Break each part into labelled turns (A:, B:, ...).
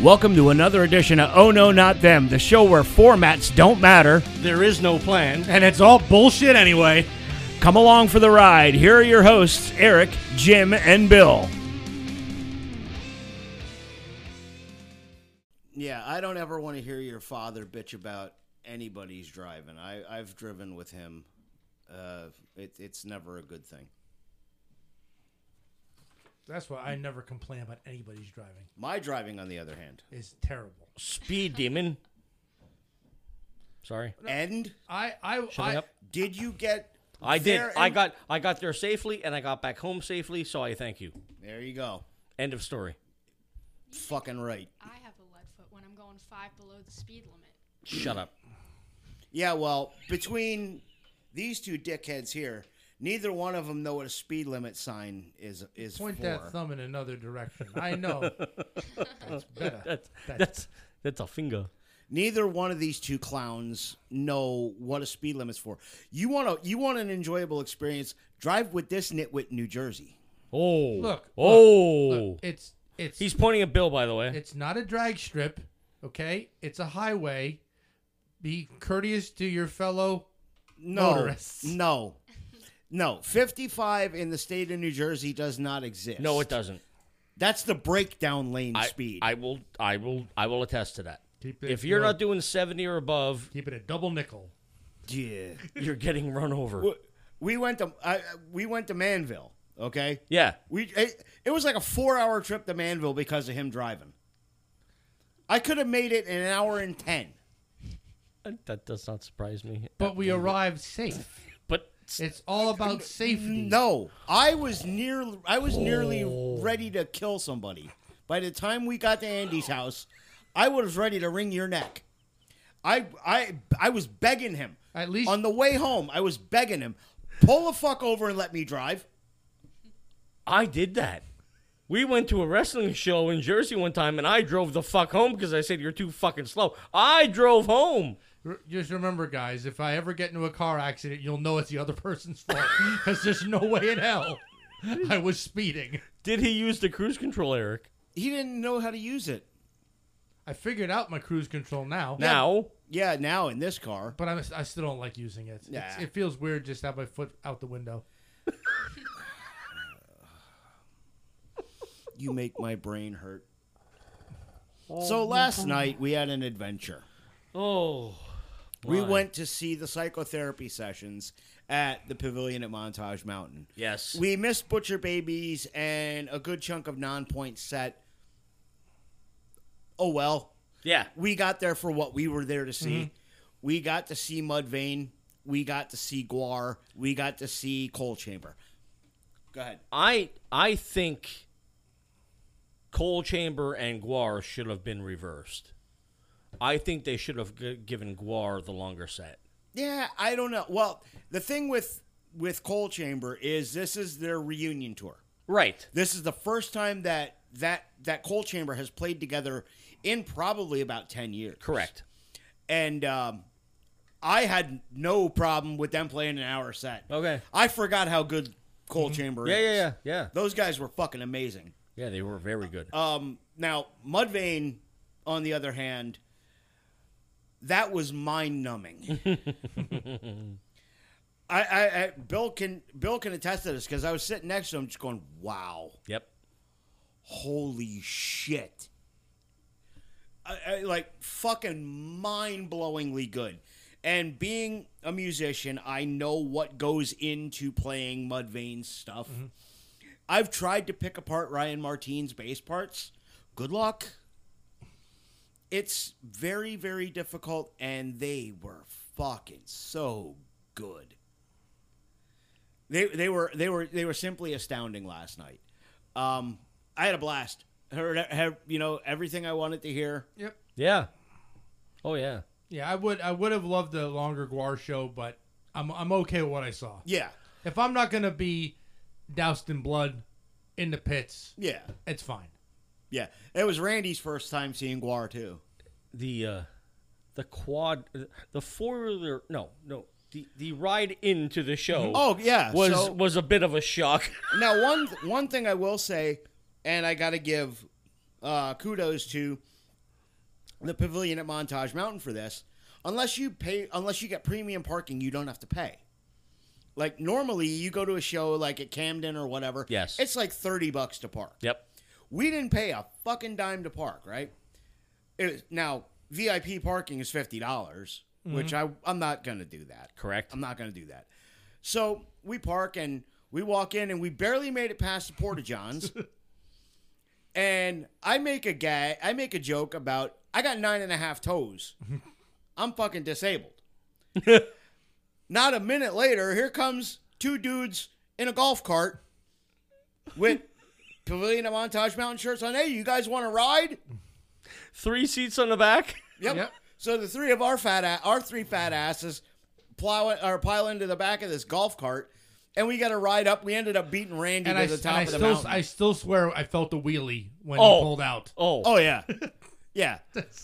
A: Welcome to another edition of Oh No Not Them, the show where formats don't matter.
B: There is no plan.
C: And it's all bullshit anyway.
A: Come along for the ride. Here are your hosts, Eric, Jim, and Bill.
B: Yeah, I don't ever want to hear your father bitch about anybody's driving. I, I've driven with him. Uh, it, it's never a good thing.
C: That's why I never complain about anybody's driving.
B: My driving, on the other hand,
C: It's terrible.
D: Speed demon. Sorry.
B: and
C: I I
D: Shut
C: I,
D: up.
B: did you get?
D: I did.
B: there
D: I
B: and-
D: got I got there safely and I got back home safely, so I thank you.
B: There you go.
D: End of story.
B: Fucking right.
E: I have a lead foot when I'm going five below the speed limit.
D: Shut up.
B: Yeah. Well, between these two dickheads here, neither one of them know what a speed limit sign is. Is
C: Point
B: for.
C: that thumb in another direction. I know. That's better.
D: That's
C: That-
D: that's that's a finger.
B: neither one of these two clowns know what a speed limit's for. You want to you want an enjoyable experience? Drive with this nitwit, in New Jersey.
D: Oh.
C: Look.
D: Oh.
C: look, look, it's it's
D: He's pointing at Bill, by the way.
C: it's not a drag strip, okay? It's a highway. Be courteous to your fellow.
B: No,
C: Motorists.
B: no, no. Fifty-five in the state of New Jersey does not exist.
D: No, it doesn't.
B: That's the breakdown lane
D: I,
B: speed.
D: I will. I will. I will attest to that.
C: Keep it-
D: If you're
C: no.
D: not doing seventy or above,
C: Keep it a double nickel.
B: yeah.
D: you're getting run over.
B: W- We went to I I- we went to Manville. Okay.
D: Yeah.
B: We it, it was like a four-hour trip to Manville because of him driving. I could have made it in an hour and ten.
D: That does not surprise me.
C: But we arrived safe.
D: But
C: It's all about safety.
B: No, I was near. I was nearly ready to kill somebody. By the time we got to Andy's house, I was ready to wring your neck. I I I was begging him.
C: At least-
B: on the way home, I was begging him, pull the fuck over and let me drive.
D: I did that. We went to a wrestling show in Jersey one time, and I drove the fuck home because I said you're too fucking slow. I drove home.
C: R- Just remember, guys, if I ever get into a car accident, you'll know it's the other person's fault because there's no way in hell I was speeding.
D: Did he use the cruise control, Eric?
B: He didn't know how to use it.
C: I figured out my cruise control now,
D: Now,
B: Yeah, now in this car,
C: but I'm, I still don't like using it. It's,
B: Nah.
C: it feels weird just to have my foot out the window.
B: you make my brain hurt. So last night we had an adventure.
D: oh,
B: We went to see the psychotherapy sessions at the pavilion at Montage Mountain.
D: yes,
B: We missed Butcher Babies and a good chunk of non point set. Oh well.
D: yeah,
B: We got there for what we were there to see. We got to see Mudvayne. We got to see Guar. We got to see Coal Chamber. Go ahead.
D: I I think Coal Chamber and Guar should have been reversed. I think they should have g- given Guar the longer set.
B: Yeah, I don't know. Well, the thing with with Coal Chamber is this is their reunion tour.
D: Right.
B: This is the first time that that that Coal Chamber has played together in probably about ten years.
D: Correct.
B: and um, I had no problem with them playing an hour set.
D: Okay. Mm-hmm.
B: I forgot how good Cole Chamber
D: Yeah,
B: is.
D: yeah, yeah, yeah. Uh,
B: Those guys were fucking amazing.
D: Yeah, they were very good.
B: Um, now Mudvayne, on the other hand, that was mind numbing. I, I, I, Bill can Bill can attest to this because I was sitting next to him, just going, "Wow,
D: yep.
B: holy shit I, I, like fucking mind-blowingly good and being a musician i know what goes into playing mudvayne's stuff i've tried to pick apart ryan martin's bass parts good luck it's very very difficult and they were fucking so good they they were they were they were simply astounding last night. Um, I had a blast. Heard, heard you know everything I wanted to hear.
C: Yep.
D: Yeah. Oh yeah.
C: Yeah, I would I would have loved a longer Guar show, but I'm I'm okay with what I saw.
B: Yeah,
C: If I'm not gonna be doused in blood in the pits,
B: yeah,
C: it's fine.
B: yeah. It was Randy's first time seeing Guar too.
D: the uh, the quad the four wheeler no no the the ride into the show
B: Oh yeah.
D: was
B: so-
D: was a bit of a shock
B: now one one thing I will say, and I got to give uh, kudos to the pavilion at Montage Mountain for this. Unless you pay, unless you get premium parking, you don't have to pay. Like normally, you go to a show like at Camden or whatever.
D: Yes.
B: it's like thirty bucks to park.
D: Yep.
B: We didn't pay a fucking dime to park, right? It was, now VIP parking is fifty dollars, which I I'm not gonna do that.
D: Correct.
B: I'm not gonna do that. So we park and we walk in and we barely made it past the Porta Johns. and I make a gag, I make a joke about I got nine and a half toes. I'm fucking disabled. not a minute later, here comes two dudes in a golf cart with Pavilion of Montage Mountain shirts on. Hey, you guys want to ride?
D: Three seats on the back.
B: Yep.
C: Yep.
B: So the three of our fat, a- our three fat asses, plow it or pile into the back of this golf cart, and we got to ride up. We ended up beating Randy
C: And
B: to
C: I,
B: the
C: and
B: top
C: I
B: of the
C: still,
B: mountain.
C: I still swear I felt the wheelie when
D: Oh.
C: he pulled out.
D: Oh.
B: oh yeah, yeah,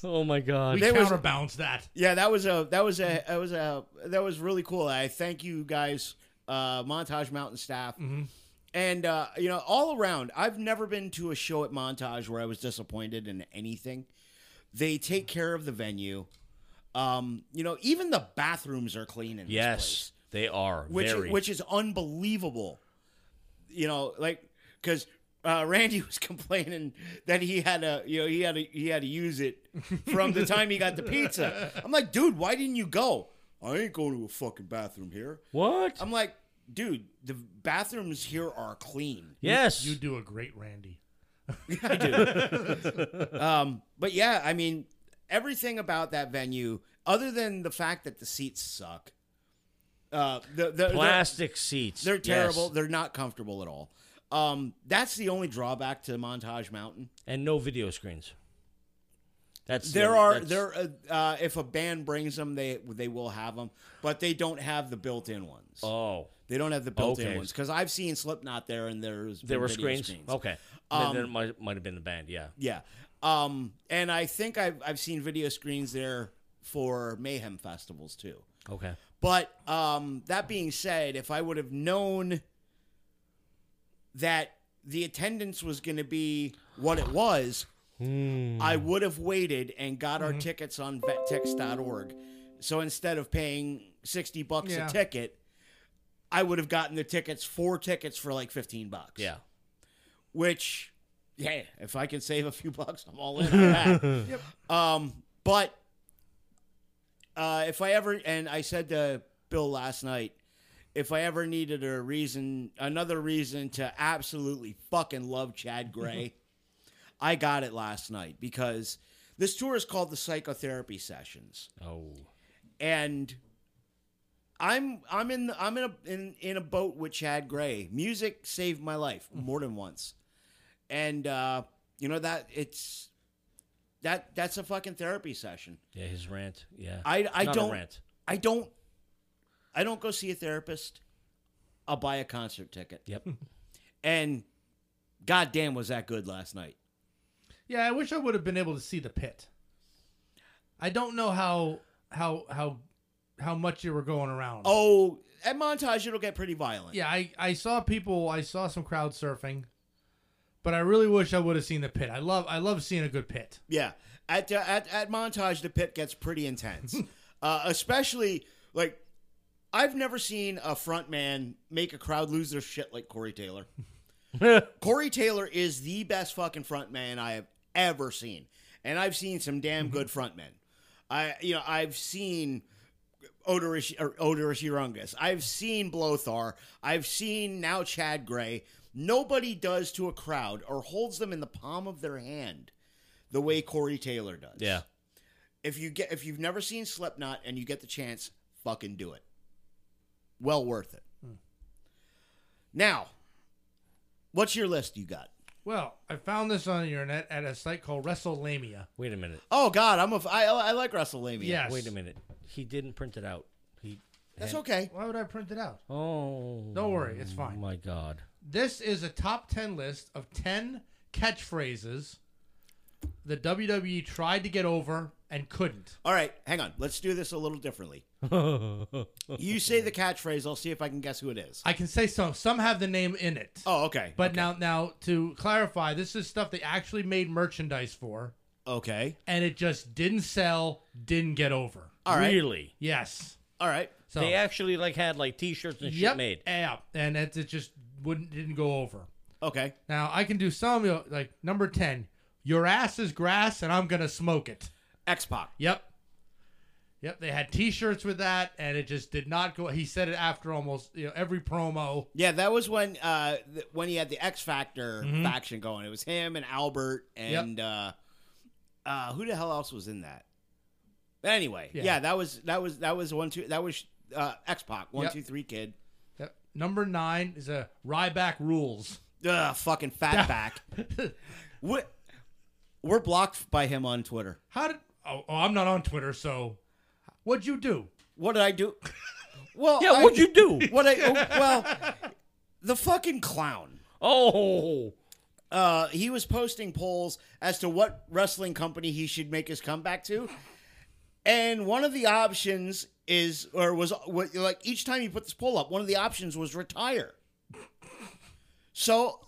D: Oh my
C: We
D: God.
B: There was-
C: counterbalanced that.
B: yeah. That was a that was a that was a that was really cool. I thank you guys, uh, Montage Mountain staff.
C: Mm-hmm.
B: And uh, you know, all around, I've never been to a show at Montage where I was disappointed in anything. They take care of the venue. Um, you know, even the bathrooms are clean in this place.
D: Yes, they are.
B: which
D: very.
B: which is unbelievable. You know, like because uh, Randy was complaining that he had to, you know, he had to, he had to use it from the time he got the pizza. I'm like, dude, why didn't you go? I ain't going to a fucking bathroom here.
D: what?
B: I'm like, dude, the bathrooms here are clean.
D: yes.
C: You do a great Randy.
B: Um, but yeah, I mean, everything about that venue, other than the fact that the seats suck, uh, the, the, the
D: Plastic seats.
B: They're
D: Yes.
B: terrible. They're not comfortable at all. Um, that's the only drawback to Montage Mountain.
D: And no video screens. That's
B: There are
D: that's-
B: there uh, uh, if a band brings them, they they will have them, but they don't have the built-in ones.
D: Oh,
B: they don't have the built-in
D: okay.
B: ones because I've seen Slipknot there, and there's
D: there
B: been
D: were
B: video
D: screens. Okay. Then-
B: Um,
D: then it might might have been the band. Yeah.
B: Yeah, um, and I think I've I've seen video screens there for Mayhem festivals too.
D: Okay.
B: But um, that being said, if I would have known that the attendance was going to be what it was, I would have waited and got our tickets on vettix.org. So instead of paying 60 bucks
C: Yeah.
B: a ticket, I would have gotten the tickets, four tickets for like 15 bucks.
D: Yeah.
B: Which, yeah, if I can save a few bucks, I'm all in on that. Um, but uh, if I ever, and I said to Bill last night, if I ever needed a reason, another reason to absolutely fucking love Chad Gray, I got it last night because this tour is called the Psychotherapy Sessions,
D: Oh.
B: and I'm I'm in I'm in a in, in a boat with Chad Gray. Music saved my life more than once, and uh, you know that it's that that's a fucking therapy session.
D: Yeah. His rant. Yeah.
B: I I
D: Not a
B: don't
D: rant.
B: I don't I don't go see a therapist. I'll buy a concert ticket.
D: Yep.
B: And goddamn was that good last night.
C: Yeah, I wish I would have been able to see the pit. I don't know how how how how much you were going around.
B: Oh, at montage it'll get pretty violent.
C: yeah, I I saw people. I saw some crowd surfing, but I really wish I would have seen the pit. I love I love seeing a good pit.
B: Yeah. At uh, at at montage the pit gets pretty intense. uh, especially like I've never seen a front man make a crowd lose their shit like Corey Taylor. Corey Taylor is the best fucking front man I have ever seen. And I've seen some damn good front men. I you know, I've seen Odorous or Odorous Urungus. I've seen Blothar. I've seen now Chad Gray. Nobody does to a crowd or holds them in the palm of their hand the way Corey Taylor does.
D: Yeah.
B: If you get if you've never seen Slipknot and you get the chance, fucking do it. Well worth it. Now, what's your list you got?
C: Well, I found this on the internet at a site called WrestleLamia.
D: Wait a minute.
B: Oh God, I'm a f- I, I like WrestleMania.
C: Yes.
D: Wait a minute. He didn't print it out. He.
B: that's okay.
C: Why would I print it out?
D: Oh.
C: Don't worry, it's fine.
D: My God.
C: This is a top 10 list of 10 catchphrases the WWE tried to get over and couldn't.
B: All right, hang on. Let's do this a little differently. you say the catchphrase. I'll see if I can guess who it is.
C: I can say some. Some have the name in it.
B: Oh, okay.
C: But now, now to clarify, this is stuff they actually made merchandise for.
B: Okay.
C: and it just didn't sell, didn't get over.
B: All right.
D: Really?
C: Yes.
B: All right.
C: So
D: They actually like had like T-shirts and
C: yep,
D: shit made.
C: Yeah, and it, it just wouldn't didn't go over.
B: Okay.
C: Now I can do some you know, like number ten. Your ass is grass, and I'm gonna smoke it.
B: X Pac.
C: Yep. Yep, they had T-shirts with that, and it just did not go. He said it after almost you know every promo.
B: Yeah, that was when uh th- when he had the X Factor faction going. It was him and Albert and uh uh who the hell else was in that? But anyway, yeah,
C: Yeah.
B: that was that was that was one two that was uh X Pac one
C: Yep.
B: two three kid.
C: Yep. Number nine is a Ryback rules.
B: Ugh, fucking fat back. we we're blocked by him on Twitter.
C: How did? Oh, oh, I'm not on Twitter, so what'd you do?
B: What did I do? Well,
D: Yeah,
B: I-
D: what'd you do?
B: What I oh, well, the fucking clown.
D: Oh,
B: uh, he was posting polls as to what wrestling company he should make his comeback to, and one of the options is or was what, like each time he put this poll up, one of the options was retire. So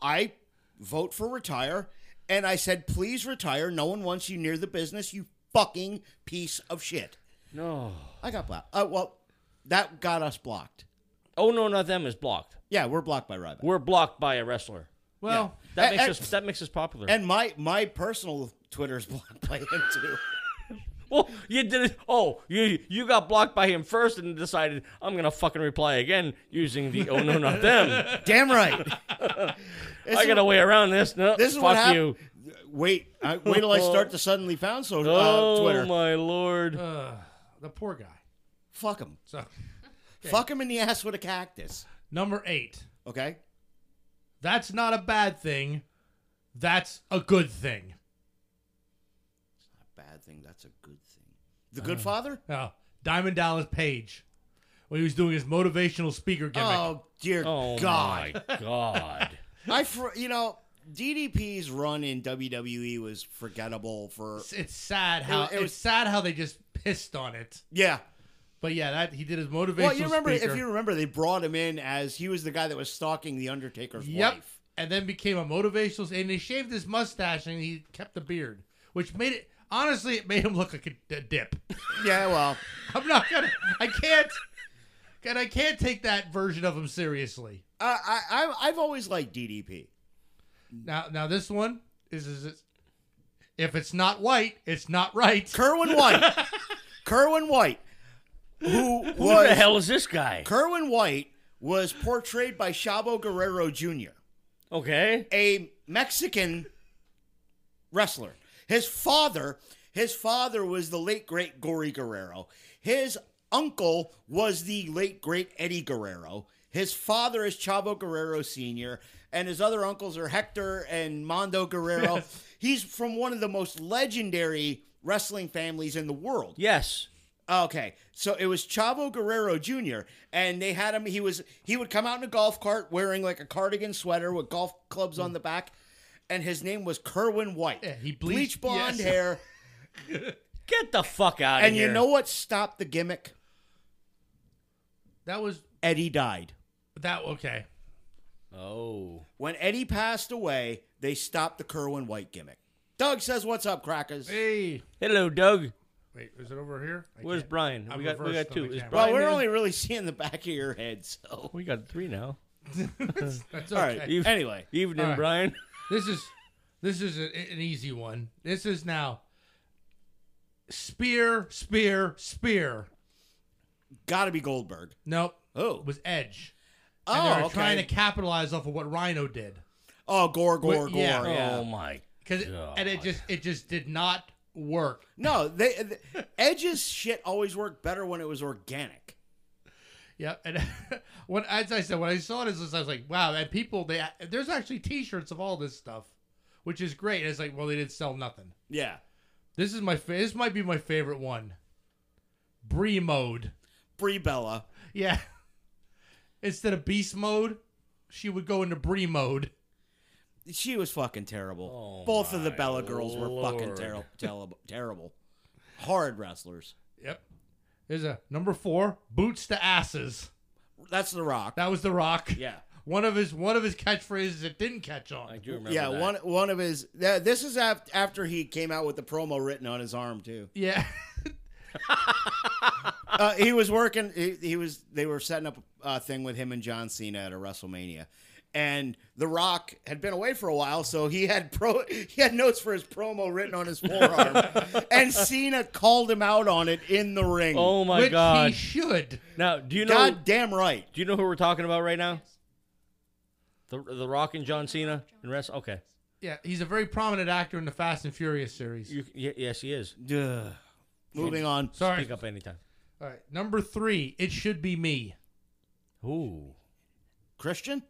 B: I vote for retire, and I said, please retire. No one wants you near the business. You fucking piece of shit.
D: no.
B: I got blocked. Uh, well, that got us blocked.
D: Oh no, not them is blocked.
B: Yeah, we're blocked by Ryback.
D: We're blocked by a wrestler.
C: Well,
D: That
B: And-
D: makes
B: and-
D: us that makes us popular.
B: And my my personal Twitter's blocked by him too.
D: well, you did it. Oh, you you got blocked by him first and decided I'm gonna fucking reply again using the oh no not them.
B: Damn right.
D: I got a way around this. No,
B: This is
D: fuck
B: what hap-
D: you.
B: Wait, I, wait till I start to suddenly found social uh,
D: Oh
B: Twitter.
D: my lord.
C: uh, the poor guy.
B: Fuck him.
C: So
B: Fuck him in the ass with a cactus.
C: number eight.
B: Okay.
C: That's not a bad thing. That's a good thing.
B: Bad thing. That's a good thing. The Good Father.
C: Uh, Diamond Dallas Page, when he was doing his motivational speaker gimmick.
B: Oh dear
D: oh
B: God.
D: my god.
B: I fr- you know DDP's run in WWE was forgettable for
C: It's, it's sad
B: It-
C: how
B: it
C: it's
B: was-
C: sad how they just pissed on it.
B: yeah.
C: But yeah, that he did his motivational.
B: Well, you remember
C: speaker.
B: if you remember they brought him in as he was the guy that was stalking the Undertaker's
C: Yep.
B: wife.
C: And then became a motivational, and he shaved his mustache and he kept the beard, which made it honestly it made him look like a, a dip.
B: Yeah. Well.
C: I'm not gonna, I can't, and I can't take that version of him seriously.
B: Uh, I, I I've always liked DDP.
C: Now, now this one is, is, is if it's not white, it's not right.
B: Kerwin White. Kerwin White, who
D: Who the
B: was
D: hell is this guy?
B: Kerwin White was portrayed by Chavo Guerrero Jr.,
D: Okay.
B: a Mexican wrestler. His father, his father was the late great Gory Guerrero. His uncle was the late great Eddie Guerrero. His father is Chavo Guerrero Sr., and his other uncles are Hector and Mondo Guerrero. He's from one of the most legendary wrestling families in the world.
D: Yes.
B: Okay, so it was Chavo Guerrero Jr. and they had him. He was he would come out in a golf cart wearing like a cardigan sweater with golf clubs on the back, and his name was Kerwin White.
C: Mm. Yeah, he bleached-
B: blonde
C: yes.
B: hair,
D: Get the fuck out of
B: and
D: here.
B: you know what stopped the gimmick?
C: That was
B: Eddie died.
C: that. Okay,
D: Oh.
B: When Eddie passed away, they stopped the Kerwin White gimmick. Doug says, "What's up, crackers?"
C: hey,
D: Hello, Doug.
C: wait, is it over here? I
D: Where's
C: can't-
D: Brian?
C: I'm
D: we got we
C: reversed
D: got
C: on
D: two.
C: the
D: Is
C: camera. Oh.
B: Well,
D: Brian
B: we're
D: in?
B: only really seeing the back of your head, so
D: We got three now.
C: That's
B: all
C: okay.
B: right.
D: Even-
B: Anyway,
D: Evening,
C: All right.
D: Brian.
C: This is this is a, an easy one. This is now spear, spear, spear.
B: got to be Goldberg.
C: Nope,
B: Who?
C: it was Edge.
B: Oh,
C: and they were
B: okay.
C: trying to capitalize off of what Rhino did
B: oh, Gore, Gore, Gore.
C: Wait, yeah.
B: yeah.
D: Oh my.
C: because and it
D: God.
C: just it just did not work.
B: No, they, uh, th Edge's shit always worked better when it was organic.
C: Yep. And when as I said when I saw this, I was like, wow. And people they there's actually T-shirts of all this stuff, which is great. And it's like, well, they didn't sell nothing.
B: Yeah,
C: This is my fa- this might be my favorite one. Bree mode.
B: Brie Bella.
C: Yeah. Instead of beast mode, she would go into Bree mode.
B: She was fucking terrible.
D: Oh,
B: Both of the
D: my
B: Bella girls were fucking
D: Lord.
B: terrible, terrible, terrible, hard wrestlers.
C: Yep. There's a number four, boots to asses.
B: That's The Rock.
C: That was The Rock.
B: Yeah,
C: one of his one of his catchphrases that didn't catch
D: I
C: on.
D: do remember.
B: yeah,
D: that.
B: one one of his. That, this is af- after he came out with the promo written on his arm too.
C: Yeah,
B: Uh, he was working. He, he was. They were setting up a thing with him and John Cena at a WrestleMania, and The Rock had been away for a while, so he had pro. He had notes for his promo written on his forearm, and Cena called him out on it in the ring.
D: Oh my
C: which
D: god!
C: he should.
D: now, do you know?
B: God damn right.
D: Do you know who we're talking about right now? The The Rock and John Cena and rest. Okay.
C: Yeah, he's a very prominent actor in the Fast and Furious series.
D: You, y- yes, he is.
B: Moving on.
C: Sorry.
D: Pick up anytime.
C: All right, number three. It should be me.
D: Ooh.
B: Christian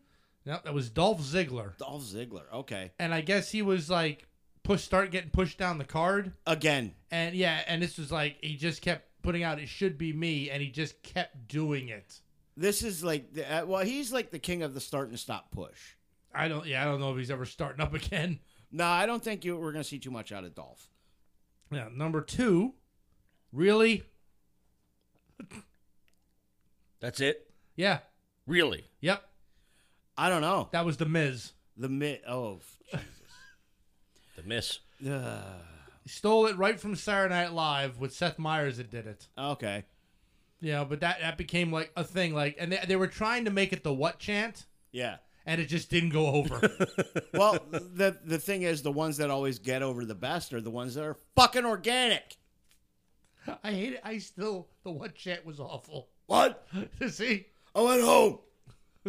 C: No, that was Dolph Ziggler,
B: Dolph Ziggler. Okay,
C: and I guess he was like push start getting pushed down the card,
B: again.
C: and yeah, and this was like he just kept putting out "It should be me," and he just kept doing it.
B: This is like the, uh, well, he's like the king of the start and stop push.
C: I don't. Yeah, I don't know if he's ever starting up again.
B: No, I don't think you we're going to see too much out of Dolph.
C: Yeah, number two, really?
D: That's it.
C: Yeah.
D: Really?
C: Yep.
B: I don't know.
C: That was the Miz.
B: The mid. Oh,
D: The miss.
C: He stole it right from Saturday Night Live with Seth Meyers that did it.
B: okay.
C: You know, but that that became like a thing. Like, and they, they were trying to make it the what chant,
B: Yeah.
C: and it just didn't go over.
B: Well, the the thing is, the ones that always get over the best are the ones that are fucking organic.
C: I hate it. I still the what chant was awful.
B: What?
C: See,
B: I went home,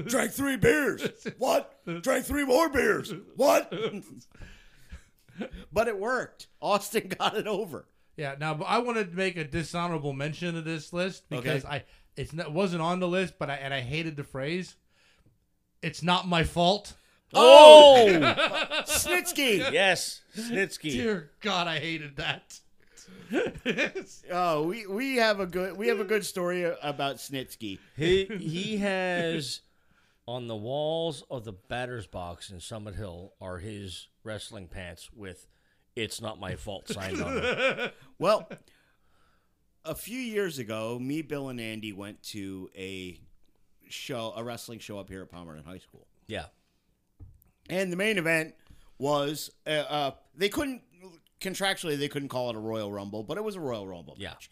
B: drank three beers. What? Drank three more beers. What? but it worked. Austin got it over.
C: yeah. Now, but I wanted to make a dishonorable mention of this list because I it's not, wasn't on the list, but I and I hated the phrase. It's not my fault.
D: Oh.
B: Snitsky.
D: yes. Snitsky.
C: Dear God, I hated that.
B: Oh, we, we have a good we have a good story about Snitsky.
D: He he has on the walls of the batter's box in Summit Hill are his wrestling pants with "It's not my fault" signed on them.
B: Well, a few years ago, me, Bill, and Andy went to a show, a wrestling show up here at Palmerton High School,
D: Yeah.
B: and the main event was uh, uh, they couldn't contractually they couldn't call it a Royal Rumble, but it was a Royal Rumble.
D: Yeah.
B: match.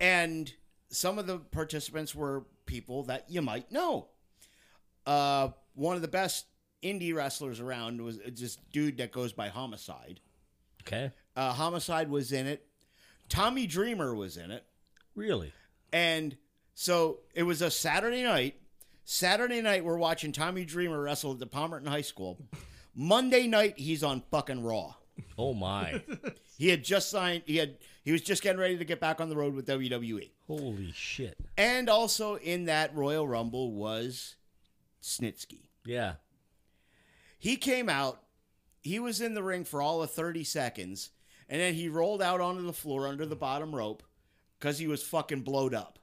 B: and some of the participants were people that you might know. Uh, one of the best indie wrestlers around was uh, this dude that goes by Homicide.
D: Okay.
B: Uh, Homicide was in it. Tommy Dreamer was in it.
D: Really.
B: And so it was a Saturday night. Saturday night, we're watching Tommy Dreamer wrestle at the Palmerton High School. Monday night, he's on fucking Raw.
D: Oh my.
B: He had just signed. He had. He was just getting ready to get back on the road with WWE.
D: Holy shit.
B: And also in that Royal Rumble was Snitsky.
D: Yeah.
B: He came out. He was in the ring for all of 30 seconds, and then he rolled out onto the floor under the bottom rope because he was fucking blowed up.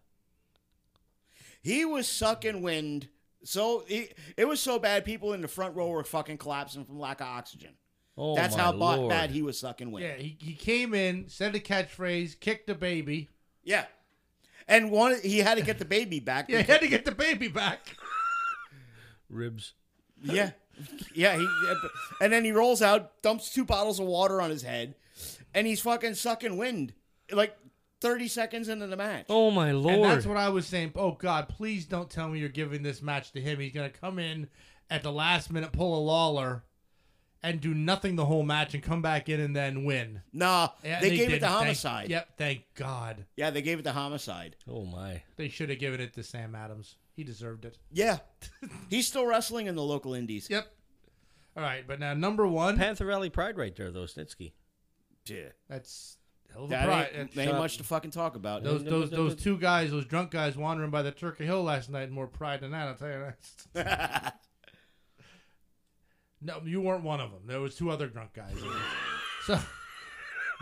B: He was sucking wind. So he, it was so bad, people in the front row were fucking collapsing from lack of oxygen.
D: Oh
B: That's
D: my
B: how ba-
D: Lord.
B: bad he was sucking wind.
C: Yeah, he, he came in, said the catchphrase, kicked the baby.
B: Yeah. And one, he had to get the baby back.
C: Yeah, he had to get the baby back.
D: ribs.
B: Yeah, yeah. He and then he rolls out, dumps two bottles of water on his head, and he's fucking sucking wind like thirty seconds into the match.
D: Oh my lord.
C: And that's what I was saying. Oh God, please don't tell me you're giving this match to him. He's gonna come in at the last minute, pull a Lawler, and do nothing the whole match, and come back in and then win.
B: Nah,
C: Yeah,
B: they, gave it to
C: didn't. Thank-
B: homicide. Yeah.
C: yep, thank God
B: they gave it to homicide.
D: oh my.
C: they should have given it to Sam Adams. He deserved it.
B: Yeah, he's still wrestling in the local indies.
C: Yep. All right, but now number one.
D: Panther Valley Pride right there though, Snitsky.
B: Yeah,
C: that's hell of a
B: that
C: pride.
B: ain't,
C: That's-
B: ain't much to fucking talk about.
C: Those those those two guys, those drunk guys wandering by the Turkey Hill last night, more pride than that. I'll tell you that. no, you weren't one of them. There was two other drunk guys. so,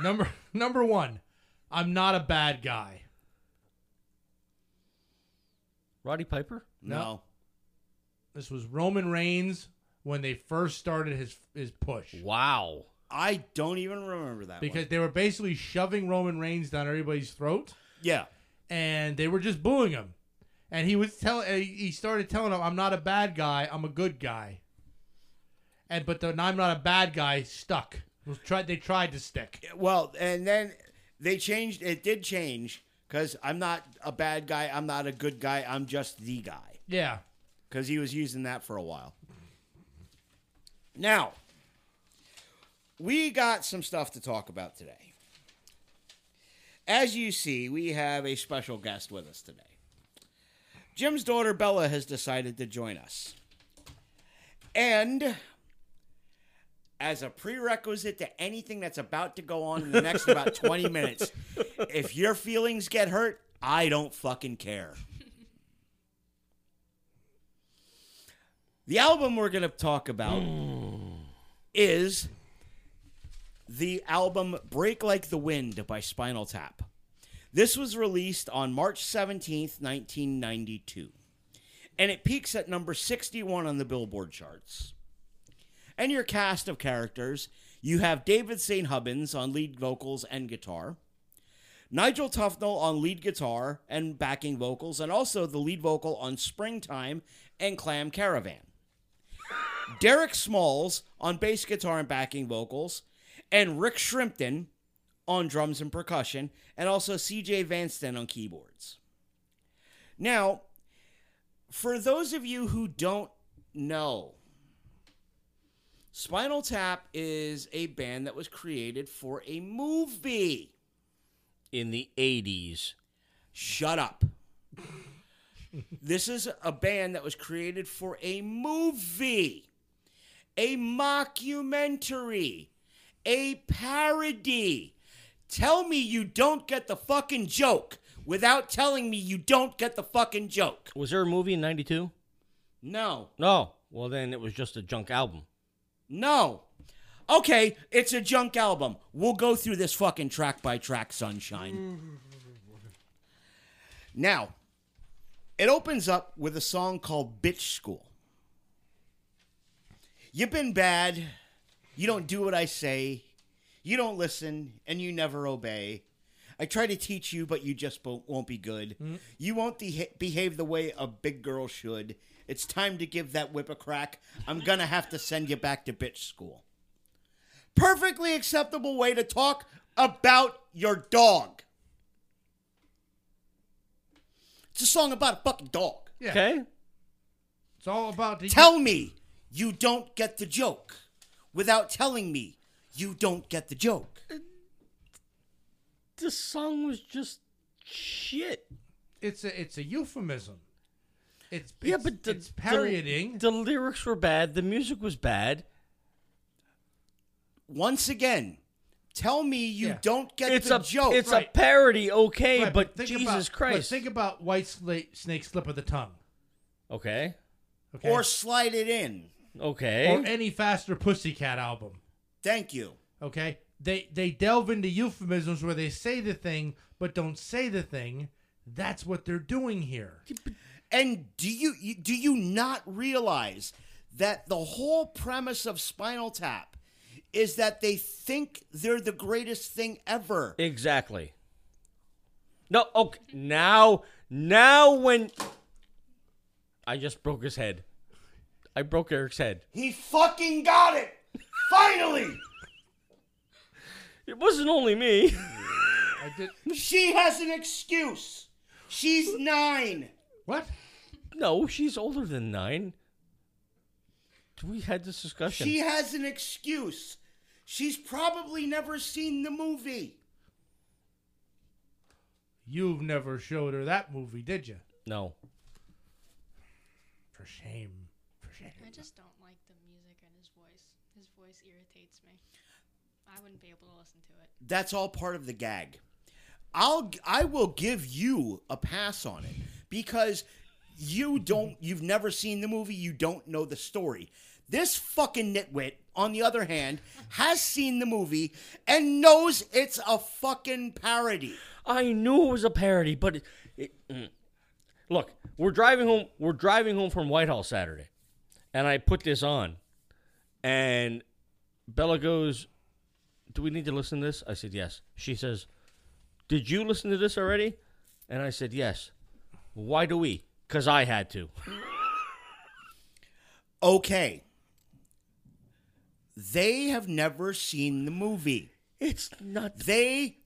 C: number number one, I'm not a bad guy.
D: Roddy Piper?
B: no,
C: This was Roman Reigns when they first started his his push
D: Wow.
B: I don't even remember that one.
C: because they were basically shoving Roman Reigns down everybody's throat.
B: Yeah,
C: and they were just booing him. and he was telling. He started telling him, "I'm not a bad guy. I'm a good guy." And but the "I'm not a bad guy" stuck. It was tried. They tried to stick.
B: Well, and then they changed. It did change because I'm not a bad guy. I'm not a good guy. I'm just the guy.
C: Yeah.
B: Because he was using that for a while. Now, we got some stuff to talk about today. As you see, we have a special guest with us today. Jim's daughter Bella has decided to join us. And as a prerequisite to anything that's about to go on in the next about 20 minutes, if your feelings get hurt, I don't fucking care. The album we're going to talk about is the album Break Like the Wind by Spinal Tap. This was released on March 17th, 1992. And it peaks at number 61 on the Billboard charts. And your cast of characters you have David St. Hubbins on lead vocals and guitar, Nigel Tufnell on lead guitar and backing vocals, and also the lead vocal on Springtime and Clam Caravan. Derek Smalls on bass guitar and backing vocals, and Rick Shrimpton on drums and percussion, and also CJ Vanston on keyboards. Now, for those of you who don't know, Spinal Tap is a band that was created for a movie.
D: in the 80s.
B: Shut up. this is a band that was created for a movie, a mockumentary, a parody. Tell me you don't get the fucking joke without telling me you don't get the fucking joke.
D: Was there a movie in 92?
B: No,
D: No. Well, then it was just a junk album.
B: no. Okay, it's a junk album. We'll go through this fucking track by track, sunshine. Now, it opens up with a song called Bitch School. You've been bad. You don't do what I say. You don't listen and you never obey. I try to teach you, but you just bo- won't be good.
D: Mm.
B: You won't de- behave the way a big girl should. It's time to give that whip a crack. I'm going to have to send you back to bitch school. Perfectly acceptable way to talk about your dog. It's a song about a fucking dog.
C: Yeah.
D: Okay.
C: It's all about the
B: Tell me you don't get the joke without telling me you don't get the joke.
D: This song was just shit.
C: It's a it's a euphemism. It's,
D: yeah,
C: it's-
D: but the,
C: it's parodying.
D: The, the lyrics were bad. The music was bad.
B: Once again, tell me you
C: Yeah.
B: don't get
D: It's
B: the
D: a
B: joke.
D: It's
C: Right.
D: a parody, okay,
C: Right,
D: but,
C: think
D: Jesus
C: about,
D: Christ.
C: But think about white sla- snake slip of the tongue.
D: okay.
C: Okay.
B: or slide it in.
D: Okay.
C: or any faster pussycat album.
B: Thank you.
C: Okay? They they delve into euphemisms where they say the thing but don't say the thing. That's what they're doing here.
B: And do you you- do you not realize that the whole premise of Spinal Tap is that they think they're the greatest thing ever?
D: Exactly. No, okay. Now, now when I just broke his head. I broke Eric's head.
B: He fucking got it. Finally,
D: It wasn't only me.
C: I did
B: she has an excuse. She's 9.
C: What?
D: No, she's older than nine. We had this discussion.
B: She has an excuse. She's probably never seen the movie.
C: You've never showed her that movie, did you?
D: no.
C: For shame. For shame.
E: I just don't like the music and his voice. His voice irritates me. I wouldn't be able to listen to it.
B: That's all part of the gag. I'll I will give you a pass on it because you don't you've never seen the movie, you don't know the story. This fucking nitwit, on the other hand, has seen the movie and knows it's a fucking parody.
D: I knew it was a parody, but it, it, mm. look, we're driving home. We're driving home from Whitehall Saturday, and I put this on, and Bella goes, "Do we need to listen to this?" I said, "Yes." She says, "Did you listen to this already?" And I said, "Yes." Why do we? because I had to.
B: Okay. They have never seen the movie.
D: It's not.
B: They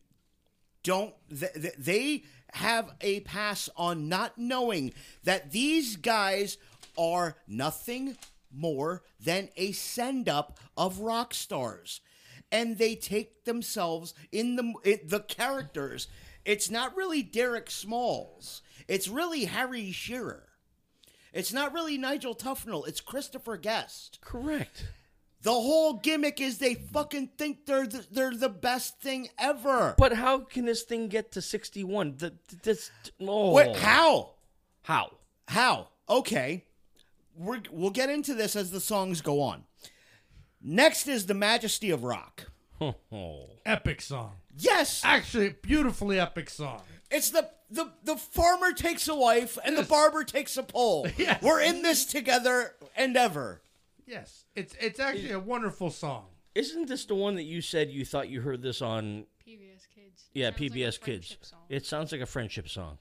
B: don't. th- th- They have a pass on not knowing that these guys are nothing more than a send up of rock stars, and they take themselves in the it, the characters. It's not really Derek Smalls. It's really Harry Shearer. It's not really Nigel Tufnell. It's Christopher Guest.
D: Correct.
B: The whole gimmick is they fucking think they're the, they're the best thing ever.
D: But how can this thing get to 61? The, this, oh.
B: What? How?
D: How?
B: How? Okay. We're, we'll get into this as the songs go on. Next is The Majesty of Rock.
C: Epic song.
B: Yes,
C: Actually, beautifully epic song.
B: it's the the the farmer takes a wife and the barber takes a pole.
C: Yes.
B: We're in this together and ever.
C: Yes, it's it's actually a wonderful song.
D: Isn't this the one that you said you thought you heard this on?
E: PBS Kids.
D: Yeah,
E: Sounds like a
D: PBS Kids.
E: friendship song.
D: It sounds like a friendship song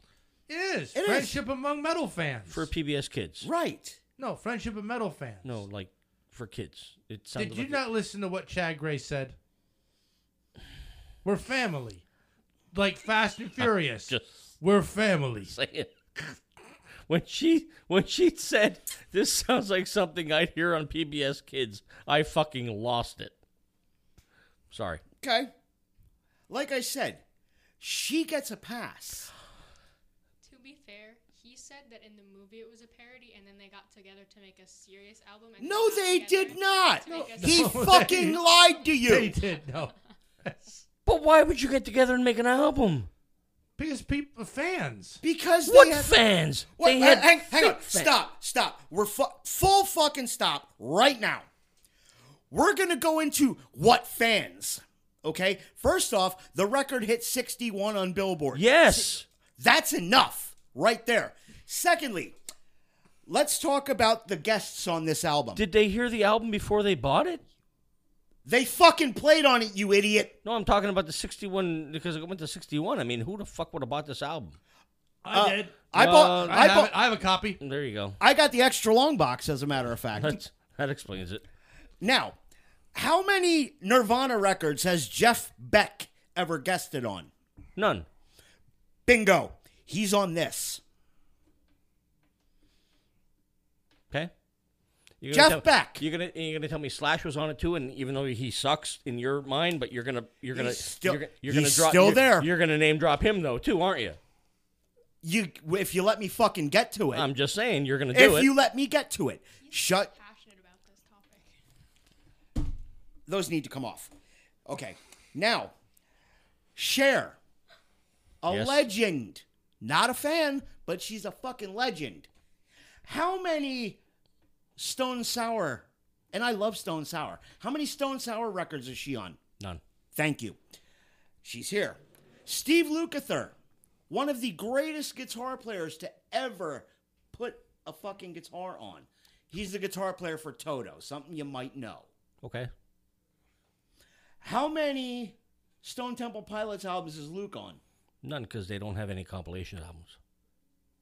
C: It is
B: It is.
C: friendship among metal fans.
D: for PBS Kids.
B: Right.
C: no, friendship of metal fans.
D: No, like for kids. It sounded
C: Did you
D: like
C: not listen to what Chad Gray said? We're family, like Fast and Furious.
D: just
C: We're family.
D: saying. When she when she said this sounds like something I'd hear on PBS Kids, I fucking lost it. Sorry.
B: Okay. Like I said, she gets a pass.
E: To be fair, he said that in the movie it was a parody, and then they got together to make a serious album. And
B: No,
E: got
B: they
E: together
B: did not.
E: to make a
B: He
E: serious-
C: No,
B: fucking
C: they-
B: lied to
C: They
B: you.
C: did no,
D: But why would you get together and make an album?
C: because people fans.
B: Because they
D: What
B: had-
D: fans?
B: What,
D: They had
B: hang, hang on.
D: fake fans.
B: Stop. Stop. We're fu- full fucking stop right now. We're going to go into what fans. Okay? First off, the record hit 61 on Billboard.
D: Yes.
B: That's enough right there. Secondly, let's talk about the guests on this album.
D: Did they hear the album before they bought it?
B: they fucking played on it, you idiot.
D: No, I'm talking about the 61 because it went to 61. I mean, who the fuck would have bought this album?
C: I
B: Uh,
C: did.
B: I
D: No,
B: bought
C: I,
B: I
C: have,
B: bought
C: it. I have a copy.
D: There you go.
B: I got the extra long box as a matter of fact.
D: That's, that explains it.
B: Now, how many Nirvana records has Jeff Beck ever guested on?
D: None.
B: Bingo. He's on this.
D: Okay. You're
B: Jeff
D: tell,
B: Beck.
D: You're gonna you're gonna tell me Slash was on it too, and even though he sucks in your mind, but you're gonna you're gonna
B: He's still-
D: you're, gonna- you're
B: he's
D: gonna drop
B: still
D: you're-
B: there.
D: You're gonna name drop him though too, aren't you?
B: You if you let me fucking get to it.
D: I'm just saying you're gonna
B: if
D: do it.
B: you let me get to it. Shut
E: Passionate about this topic.
B: those need to come off. Okay. Now, Cher, a
D: Yes.
B: legend. Not a fan, but she's a fucking legend. How many Stone Sour and I love Stone Sour. How many Stone Sour records is she on?
D: None.
B: Thank you. She's here. Steve Lukather, one of the greatest guitar players to ever put a fucking guitar on. He's the guitar player for Toto, something you might know.
D: Okay.
B: How many Stone Temple Pilots albums is Luke on?
D: None because they don't have any compilation albums.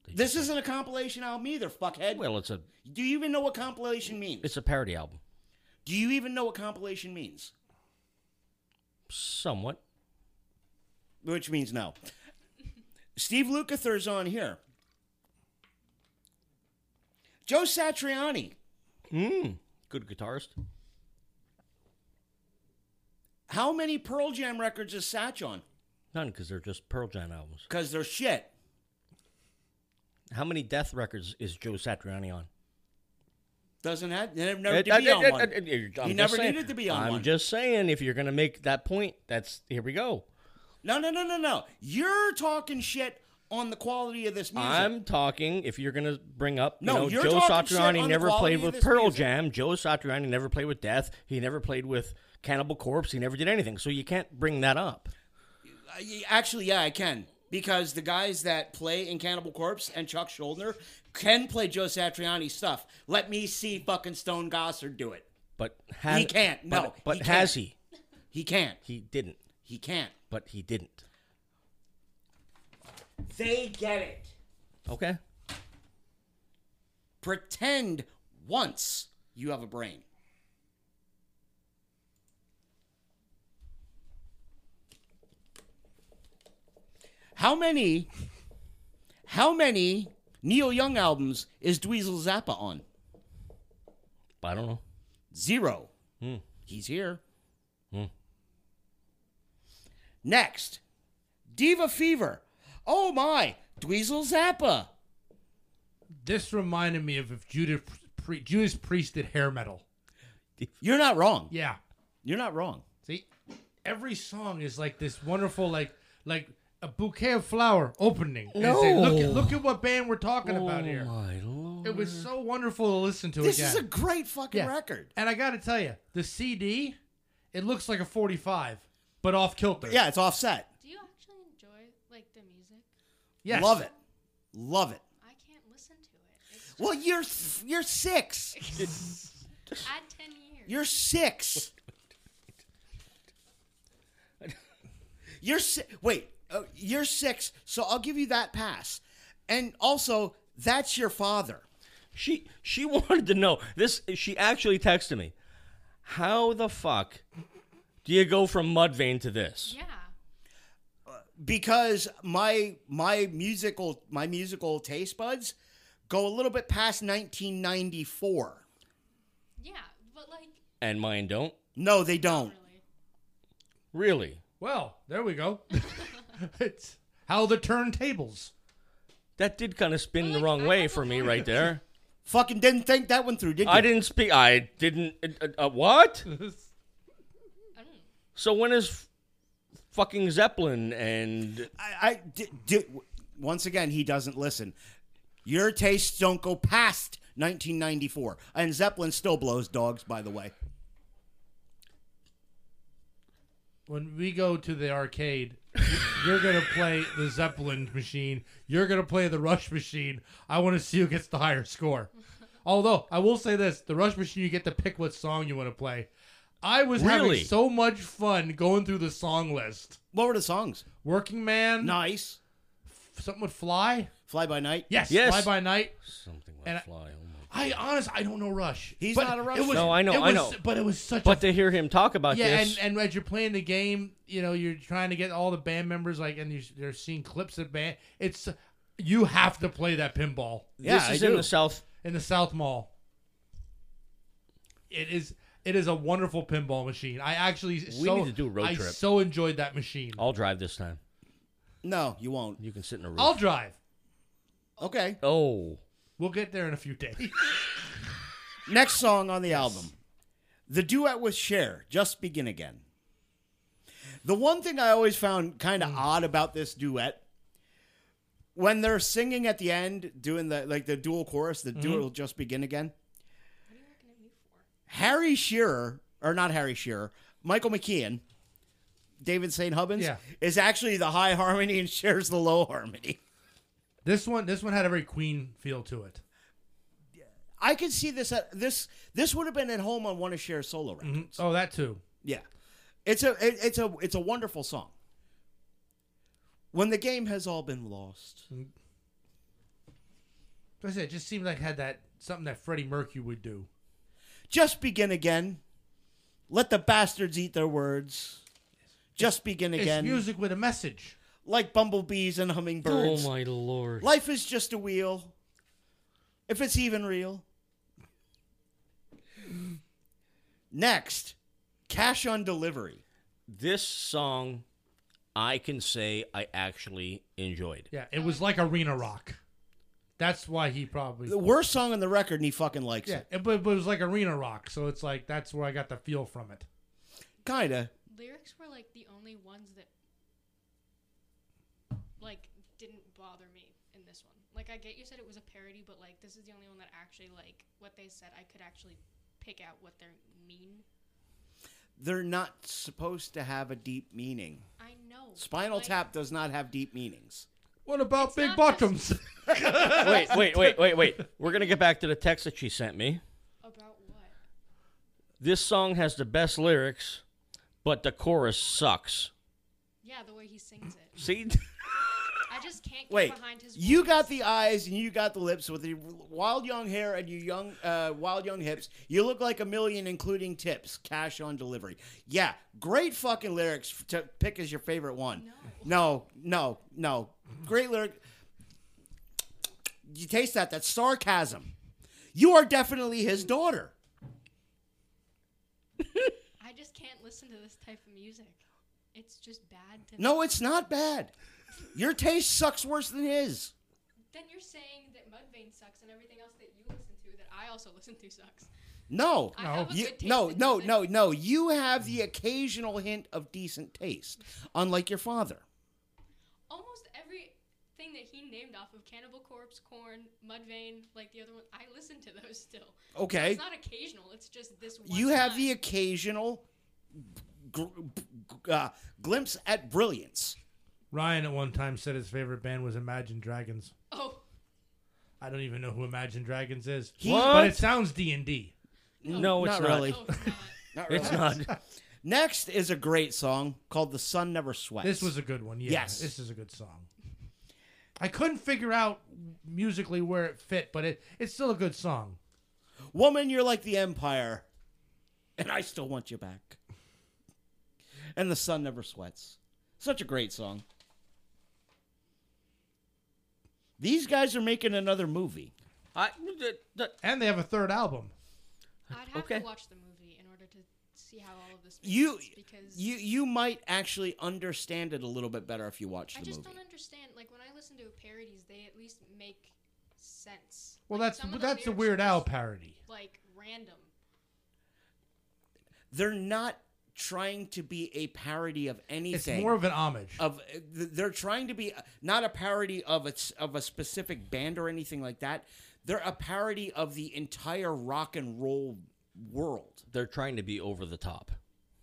D: They
B: This
D: just-
B: isn't a compilation album either, fuckhead.
D: well, it's a
B: Do you even know what compilation means?
D: it's a parody album,
B: Do you even know what compilation means?
D: somewhat.
B: Which means no. Steve Lukather's on here. Joe Satriani, Hmm.
D: Mm. Good guitarist.
B: How many Pearl Jam records is Satch on?
D: None because they're just Pearl Jam albums.
B: Because they're shit.
D: How many Death records is Joe Satriani on?
B: Doesn't have. They never
D: It-
B: to be
D: it-
B: on
D: it-
B: one.
D: it- it- I'm
B: He
D: just
B: never
D: saying-
B: needed to be on
D: I'm
B: one.
D: just saying, if you're going to make that point, that's here we go.
B: No, no, no, no, no. You're talking shit on the quality of this music.
D: I'm talking. If you're going to bring up, you
B: No,
D: know,
B: you're
D: Joe
B: talking shit on
D: Satriani
B: the
D: never
B: quality
D: played
B: of
D: with
B: this
D: Pearl
B: music.
D: Jam. Joe Satriani never played with Death. He never played with Cannibal Corpse. He never did anything. So you can't bring that up.
B: I- actually, yeah, I can because the guys that play in Cannibal Corpse and Chuck Schuldner can play Joe Satriani stuff. Let me see fucking Stone Gossard do it.
D: But has,
B: He can't.
D: but-
B: No,
D: but
B: he
D: has
B: can't.
D: he?
B: He can't.
D: He didn't.
B: He can't.
D: But he didn't.
B: They get it.
D: Okay.
B: Pretend once you have a brain. How many how many Neil Young albums is Dweezil Zappa on?
D: I don't know.
B: Zero.
D: Hmm.
B: He's here.
D: Hmm.
B: Next, Diva Fever. Oh my, Dweezil Zappa.
C: This reminded me of if Judas, Pri- Judas Priest did hair metal.
B: You're not wrong.
C: Yeah.
B: You're not wrong.
C: See, every song is like this wonderful, like like a bouquet of flower opening. And it's like, look, at- look at what band we're talking about here.
D: my lord.
C: It was so wonderful to listen to
B: Oh, This
C: again.
B: is a great fucking
C: Yeah.
B: record.
C: and I got to tell you, the CD, it looks like a 45, but off kilter.
B: Yeah, it's offset.
E: Do you actually enjoy like the music?
C: Yes.
B: Love it. Love it.
E: I can't listen to it. It's
B: Well, you're you're six.
E: just, add ten years.
B: You're six. You're si- wait. Uh, you're six, so I'll give you that pass. And also, that's your father.
D: She she wanted to know this. She actually texted me. How the fuck do you go from Mudvayne to this?
E: yeah.
B: because my my musical my musical taste buds go a little bit past 1994.
E: Yeah. But like
D: And mine don't
B: No, they don't.
E: really.
D: really.
C: Well, there we go. it's how the turntables.
D: That did kind of spin the
E: Like,
D: wrong
E: I
D: way
E: have a
D: for me
E: point.
D: right there.
B: Fucking didn't think that one through, did you?
D: I didn't speak. I didn't. Uh, uh, what?
E: I don't. know.
D: So when is f- fucking Zeppelin and
B: I, I di- di- once again he doesn't listen. Your tastes don't go past 1994, and Zeppelin still blows dogs. By the way,
C: When we go to the arcade, you're going to play the Zeppelin machine. You're going to play the Rush machine. I want to see who gets the higher score. Although, I will say this the Rush machine, you get to pick what song you want to play. I was
D: Really?
C: having so much fun going through the song list.
B: what were the songs?
C: Working Man,
B: Nice,
C: something with Fly.
B: Fly by Night.
C: Yes,
D: Yes.
C: Fly by Night.
D: something
C: And I-
D: like fly? Oh my.
C: I honest, I don't know Rush.
B: He's not a Rush
C: it was-
D: No, I know,
C: it
D: I
C: was-
D: know.
C: But it was such a
D: But to hear him talk about
C: yeah,
D: this,
C: and, and as you're playing the game, you know you're trying to get all the band members like, and you're, they're seeing clips of band. It's you have to play that pinball
B: Yeah,
D: this
B: I
D: is
B: do.
D: in the South.
C: in the South Mall. It is it is a wonderful pinball machine. I actually we so,
D: need to do a road
C: I
D: trip.
C: so enjoyed that machine.
D: I'll drive this time.
B: No, you won't.
D: You can sit in a roof.
C: I'll drive.
B: Okay,
D: oh,
C: We'll get there in a few days.
B: Next song on the album. The duet with Cher, Just Begin Again. The one thing I always found kind of odd about this duet, when they're singing at the end, doing the like the dual chorus, the duet will just begin again.
E: What are you looking at me for?
B: Harry Shearer, or not Harry Shearer, Michael McKeon, David St. Hubbins
C: Yeah.
B: is actually the high harmony and Cher's the low harmony.
C: this one this one had a very Queen feel to it.
B: I could see this at this this would have been at home on one of Cher's solo records.
C: Oh, that too.
B: Yeah, it's a it, it's a it's a wonderful song. When the game has all been lost,
C: Like I said, it just seemed like it had that something that Freddie Mercury would do.
B: just begin again. Let the bastards eat their words. Just begin again,
C: It's music with a message.
B: like bumblebees and hummingbirds.
D: oh my lord!
B: Life is just a wheel, if it's even real. Next, cash on delivery.
D: This song, I can say I actually enjoyed.
C: Yeah, it was like arena rock. That's why he probably
B: The worst song on the record, and he fucking likes
C: yeah,
B: it.
C: it, but, but it was like arena rock. So it's like that's where I got the feel from it.
B: Kinda.
E: lyrics were like the only ones that like didn't bother me in this one. Like I get you said it was a parody, but like this is the only one that actually like what they said I could actually pick out what they mean.
B: They're not supposed to have a deep meaning.
E: I know. but,
B: Spinal
E: like,
B: Tap does not have deep meanings.
C: What about Big
E: not
C: Buckums?
D: wait, wait, wait, wait, wait. We're gonna get back to the text that she sent me.
E: about what?
D: This song has the best lyrics, but the chorus sucks.
E: Yeah, the way he sings it.
D: See,
E: I just can't get
B: Wait,
E: behind his.
B: you
E: voice.
B: got the eyes and you got the lips with your wild young hair and your young, uh, wild young hips. You look like a million, including tips, cash on delivery. Yeah, great fucking lyrics f- to pick as your favorite one. No, no, no, great lyric. You taste that? That's sarcasm. You are definitely his daughter.
E: I just can't listen to this type of music. It's just bad to me.
B: No, it's not bad. Your taste sucks worse than his.
E: Then you're saying that Mudvayne sucks and everything else that you listen to that I also listen to sucks.
B: No.
E: I have a
B: You-
E: good taste
B: no,
E: in
B: no,
E: music.
B: no, no. You have the occasional hint of decent taste, unlike your father.
E: Almost everything that he named off of Cannibal Corpse, Corn, Mudvayne, like the other one, I listen to those still.
B: Okay.
E: It's not occasional. It's just this one.
B: You have
E: time.
B: the occasional gr- gr- uh, glimpse at brilliance.
C: Ryan at one time said his favorite band was Imagine Dragons.
E: Oh,
C: I don't even know who Imagine Dragons is,
D: What?
C: but it sounds D and D.
D: No, it's
B: not
D: not.
B: really.
E: oh, it's not.
B: Not really.
D: It's not.
B: Next is a great song called "The Sun Never Sweats."
C: This was a good one. Yeah,
B: Yes.
C: this is a good song. I couldn't figure out musically where it fit, but it, it's still a good song.
B: woman. You're like the empire, and I still want you back. And the sun never sweats. Such a great song. These guys are making another movie.
D: I, th- th-
C: And they have a third album.
E: I'd have
D: Okay.
E: to watch the movie in order to see how all of this makes
B: You
E: sense because
B: you you might actually understand it a little bit better if you watch the
E: I just
B: movie.
E: don't understand. Like when I listen to parodies, they at least make sense.
C: Well,
E: Like,
C: that's
E: some of the
C: that's a
E: lyrics
C: Weird
E: are
C: Al
E: just,
C: parody.
E: Like random.
B: They're not trying to be a parody of
C: It's
B: anything.
C: more of an homage.
B: of they're trying to be not a parody of a, of a specific band or anything like that. They're a parody of the entire rock and roll world.
D: they're trying to be over the top.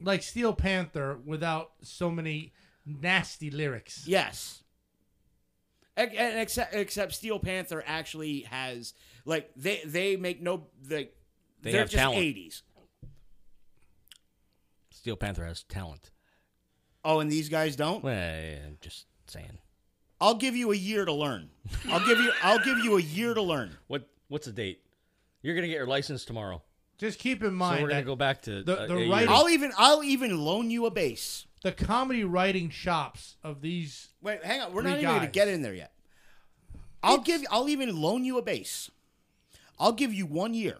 C: like Steel Panther without so many nasty lyrics.
B: Yes. Ex- And except, except Steel Panther actually has like they they make no they
D: They
B: they're
D: have
B: just
D: talent.
B: eighties.
D: Steel Panther has talent.
B: Oh, and these guys don't.
D: Well, yeah, I'm just saying.
B: I'll give you a year to learn. I'll give you I'll give you a year to learn.
D: What What's the date? You're gonna get your license tomorrow,
C: Just keep in
D: so
C: mind
D: we're gonna
C: that
D: go back to
C: the-
D: uh,
C: the
D: a year.
C: writing-
B: I'll even I'll even loan you a bass.
C: the comedy writing chops of these
B: Wait, hang on. We're
C: Three
B: not even going to
C: guys.
B: get in there yet. I'll give. I'll even loan you a bass. I'll give you one year.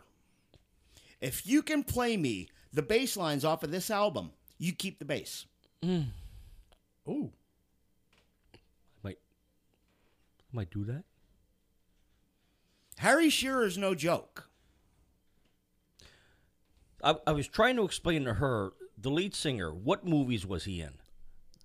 B: If you can play me the bass lines off of this album, you keep the bass.
C: ooh
D: might might do that.
B: Harry Shearer's no joke.
D: I, I was trying to explain to her the lead singer. What movies was he in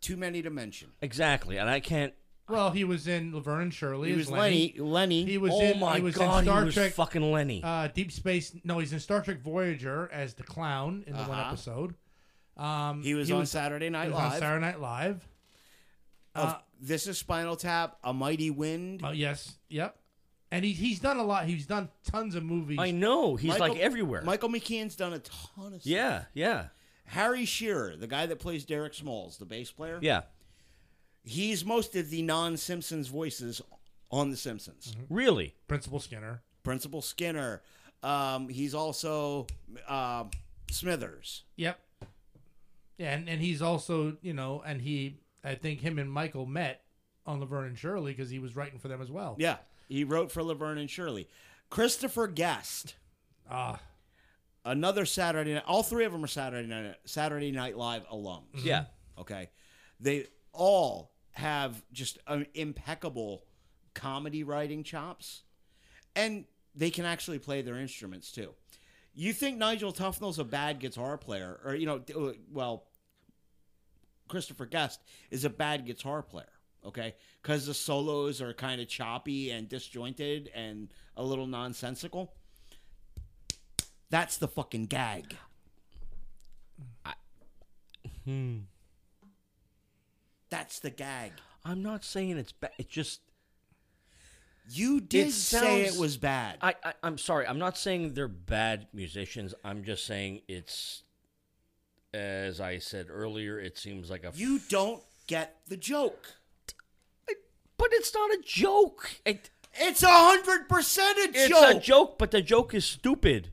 B: Too many to mention.
D: exactly? And I can't.
C: well he was in Laverne and Shirley
B: He
C: as
B: was Lenny. Lenny.
C: he was
D: oh
C: in
D: my
C: he was
D: god,
C: in Star
D: he was
C: Trek
D: fucking Lenny.
C: uh, Deep Space no he's in Star Trek Voyager as the clown in the one
B: Uh-huh.
C: episode um
B: he was
C: he
B: on
C: was-
B: Saturday Night
C: he was on
B: Live.
C: Saturday Night Live
B: of this is Spinal Tap. A Mighty Wind.
C: oh yes yep and he, he's done a lot he's done tons of movies
D: I know he's
B: Michael-
D: like everywhere.
B: Michael McKean's done a ton of. stuff.
D: yeah, yeah,
B: Harry Shearer, the guy that plays Derek Smalls, the bass player.
D: yeah.
B: He's most of the non-Simpsons voices on The Simpsons.
D: Mm-hmm. Really,
C: Principal Skinner
B: Principal Skinner. Um, he's also um Smithers.
C: Yep. Yeah, and, and he's also, you know, and he, I think him and Michael met on Laverne and Shirley because he was writing for them as well.
B: Yeah, he wrote for Laverne and Shirley. Christopher Guest,
C: Ah,
B: another Saturday night. All three of them are Saturday night Saturday Night Live alums.
D: yeah.
B: Okay, they all have just um, impeccable comedy writing chops, and they can actually play their instruments too. You think Nigel Tufnell's a bad guitar player, or you know, d- uh, well, Christopher Guest is a bad guitar player, okay? Because the solos are kind of choppy and disjointed and a little nonsensical. That's the fucking gag. That's the gag.
D: I'm not saying it's bad. It's just
B: You did say it
D: sounds-
B: was bad.
D: I, I I'm sorry. I'm not saying they're bad musicians. I'm just saying it's as I said earlier. It seems like a
B: you don't get the joke.
D: but it's not a joke. It,
B: It's a hundred percent a
D: it's
B: joke.
D: a joke, but the joke is stupid.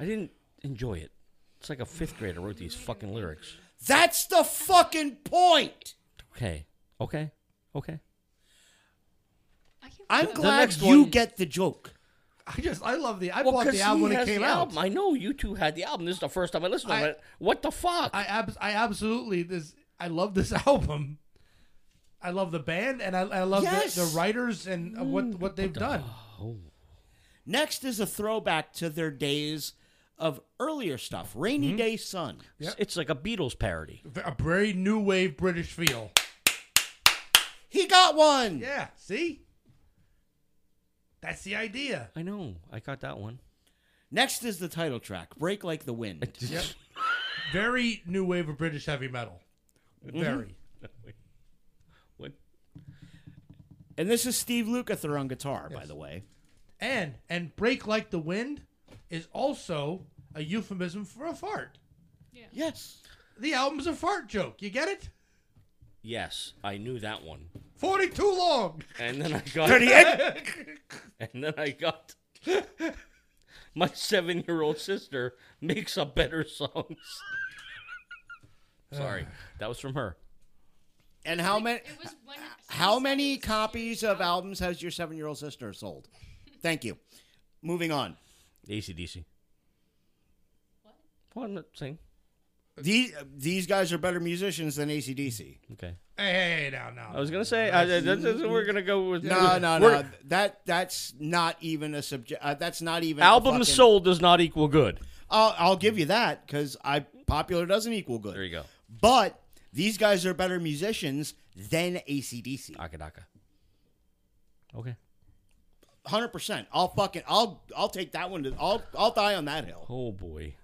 D: I didn't enjoy it. It's like a fifth grader wrote these fucking lyrics.
B: That's the fucking point.
D: Okay, okay, okay.
E: I can't
B: I'm
E: believe-
B: glad
D: next
B: you
D: one-
B: get the joke.
C: I just I love the I
D: Well,
C: bought
D: 'cause
C: the album
D: he
C: when it
D: has
C: came
D: the
C: out.
D: album. I know you two had the album. This is the first time I listened
C: I-
D: to it. What the fuck?
C: I abs- I absolutely this I love this album. I love the band and I, I love
B: Yes.
C: the, the writers and uh, what what they've done.
B: Next is a throwback to their days of earlier stuff. Rainy
D: Hmm?
B: Day Sun.
C: Yep.
D: It's like a Beatles parody.
C: V- A very new wave British feel.
B: He got one.
C: Yeah, see? That's the idea.
D: I know. I got that one.
B: Next is the title track, Break Like the Wind.
C: Yep. Very new wave of British heavy metal. Very.
D: What?
B: And this is Steve Lukather on guitar, by
C: Yes.
B: the way.
C: And and break like the wind is also a euphemism for a fart.
B: Yes.
C: The album's a fart joke. You get it?
D: Yes, I knew that one.
C: 42 long.
D: And then I got
B: 38.
D: and then I got my seven year old sister makes up better songs. Sorry. That was from her.
B: And how many
E: It was when
B: how many copies of albums has your 7-year-old sister sold? Thank you. Moving on.
D: ACDC.
E: What?
D: Well, I'm not saying.
B: These these guys are better musicians than ACDC.
D: Okay.
C: Hey, hey, hey, now, now.
D: I was gonna say I, I- that's, that's what we're gonna go with.
B: No, no,
D: we're-
B: no. That that's not even a subject. Uh, that's not even a
D: Album
B: fucking-
D: sold does not equal good.
B: I'll, I'll give you that because I popular doesn't equal good.
D: There you go.
B: But these guys are better musicians than ACDC.
D: Akadaka. Okay.
B: Hundred percent. I'll fucking I'll I'll take that one. To, I'll I'll die on that hill.
D: Oh boy.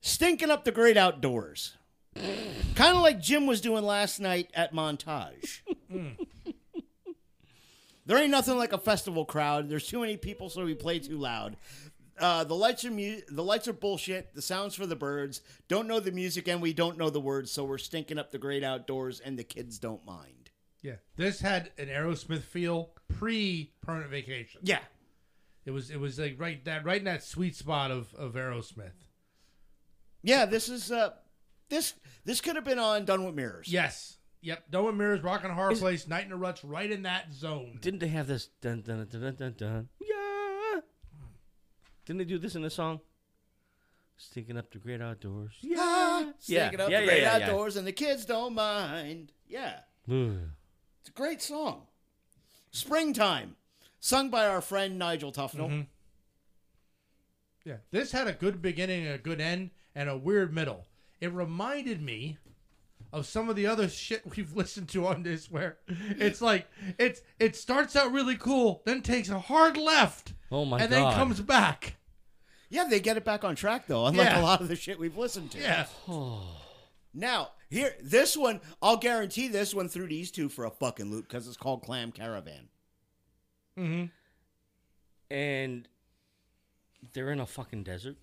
B: Stinking up the great outdoors. kind of like Jim was doing last night at Montage.
D: Hmm.
B: there ain't nothing like a festival crowd. There's too many people, so we play too loud. Uh, the lights are mu- the lights are bullshit. The sounds for the birds don't know the music, and we don't know the words, so we're stinking up the great outdoors, and the kids don't mind.
C: Yeah, this had an Aerosmith feel pre Permanent Vacation.
B: Yeah,
C: It was it was like right that right in that sweet spot of of Aerosmith.
B: yeah. This is uh, this this could have been on Done with Mirrors.
C: Yes. Yep. Doe and Mirrors, Rockin' Hard Place, Night in the Ruts, right in that zone.
D: Didn't they have this? Dun, dun, dun, dun, dun, dun. Yeah. Didn't they do this in the song? Stinking up the great outdoors.
B: Yeah,
D: Yeah,
B: Ah, stinking up
D: yeah,
B: the
D: yeah,
B: great
D: yeah, yeah.
B: outdoors, and the kids don't mind. Yeah.
D: Ugh.
B: It's a great song. Springtime, sung by our friend Nigel Tufnell.
C: Mm-hmm. Yeah. This had a good beginning, a good end, and a weird middle. It reminded me of some of the other shit we've listened to on this where it's like it's it starts out really cool, then takes a hard left.
D: Oh my
C: and
D: God.
C: then comes back.
B: Yeah, they get it back on track though, unlike
C: Yeah.
B: a lot of the shit we've listened to.
C: Yeah.
B: Now, here, this one, I'll guarantee this one through these two for a fucking loop because it's called Clam Caravan.
C: Mm-hmm.
D: And they're in a fucking desert.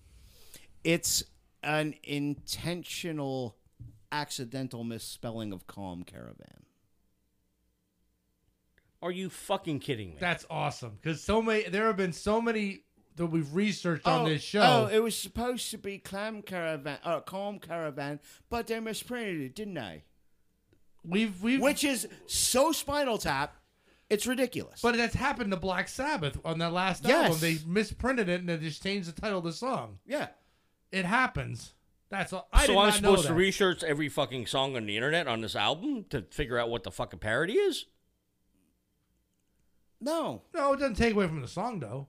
B: It's an intentional, accidental misspelling of Calm Caravan.
D: Are you fucking kidding me?
C: That's awesome because so many there have been so many that we've researched on this show.
B: Oh, it was supposed to be Clam Caravan, uh, Calm Caravan, but they misprinted it, didn't they?
C: we've we've
B: Which is so Spinal Tap, it's ridiculous.
C: but that's happened to Black Sabbath on their last
B: Yes.
C: album. They misprinted it and they just changed the title of the song.
B: yeah.
C: It happens. That's all. I did
D: so I'm
C: not know
D: supposed
C: that.
D: to research every fucking song on the internet on this album to figure out what the fucking parody is?
B: No.
C: No, it doesn't take away from the song though.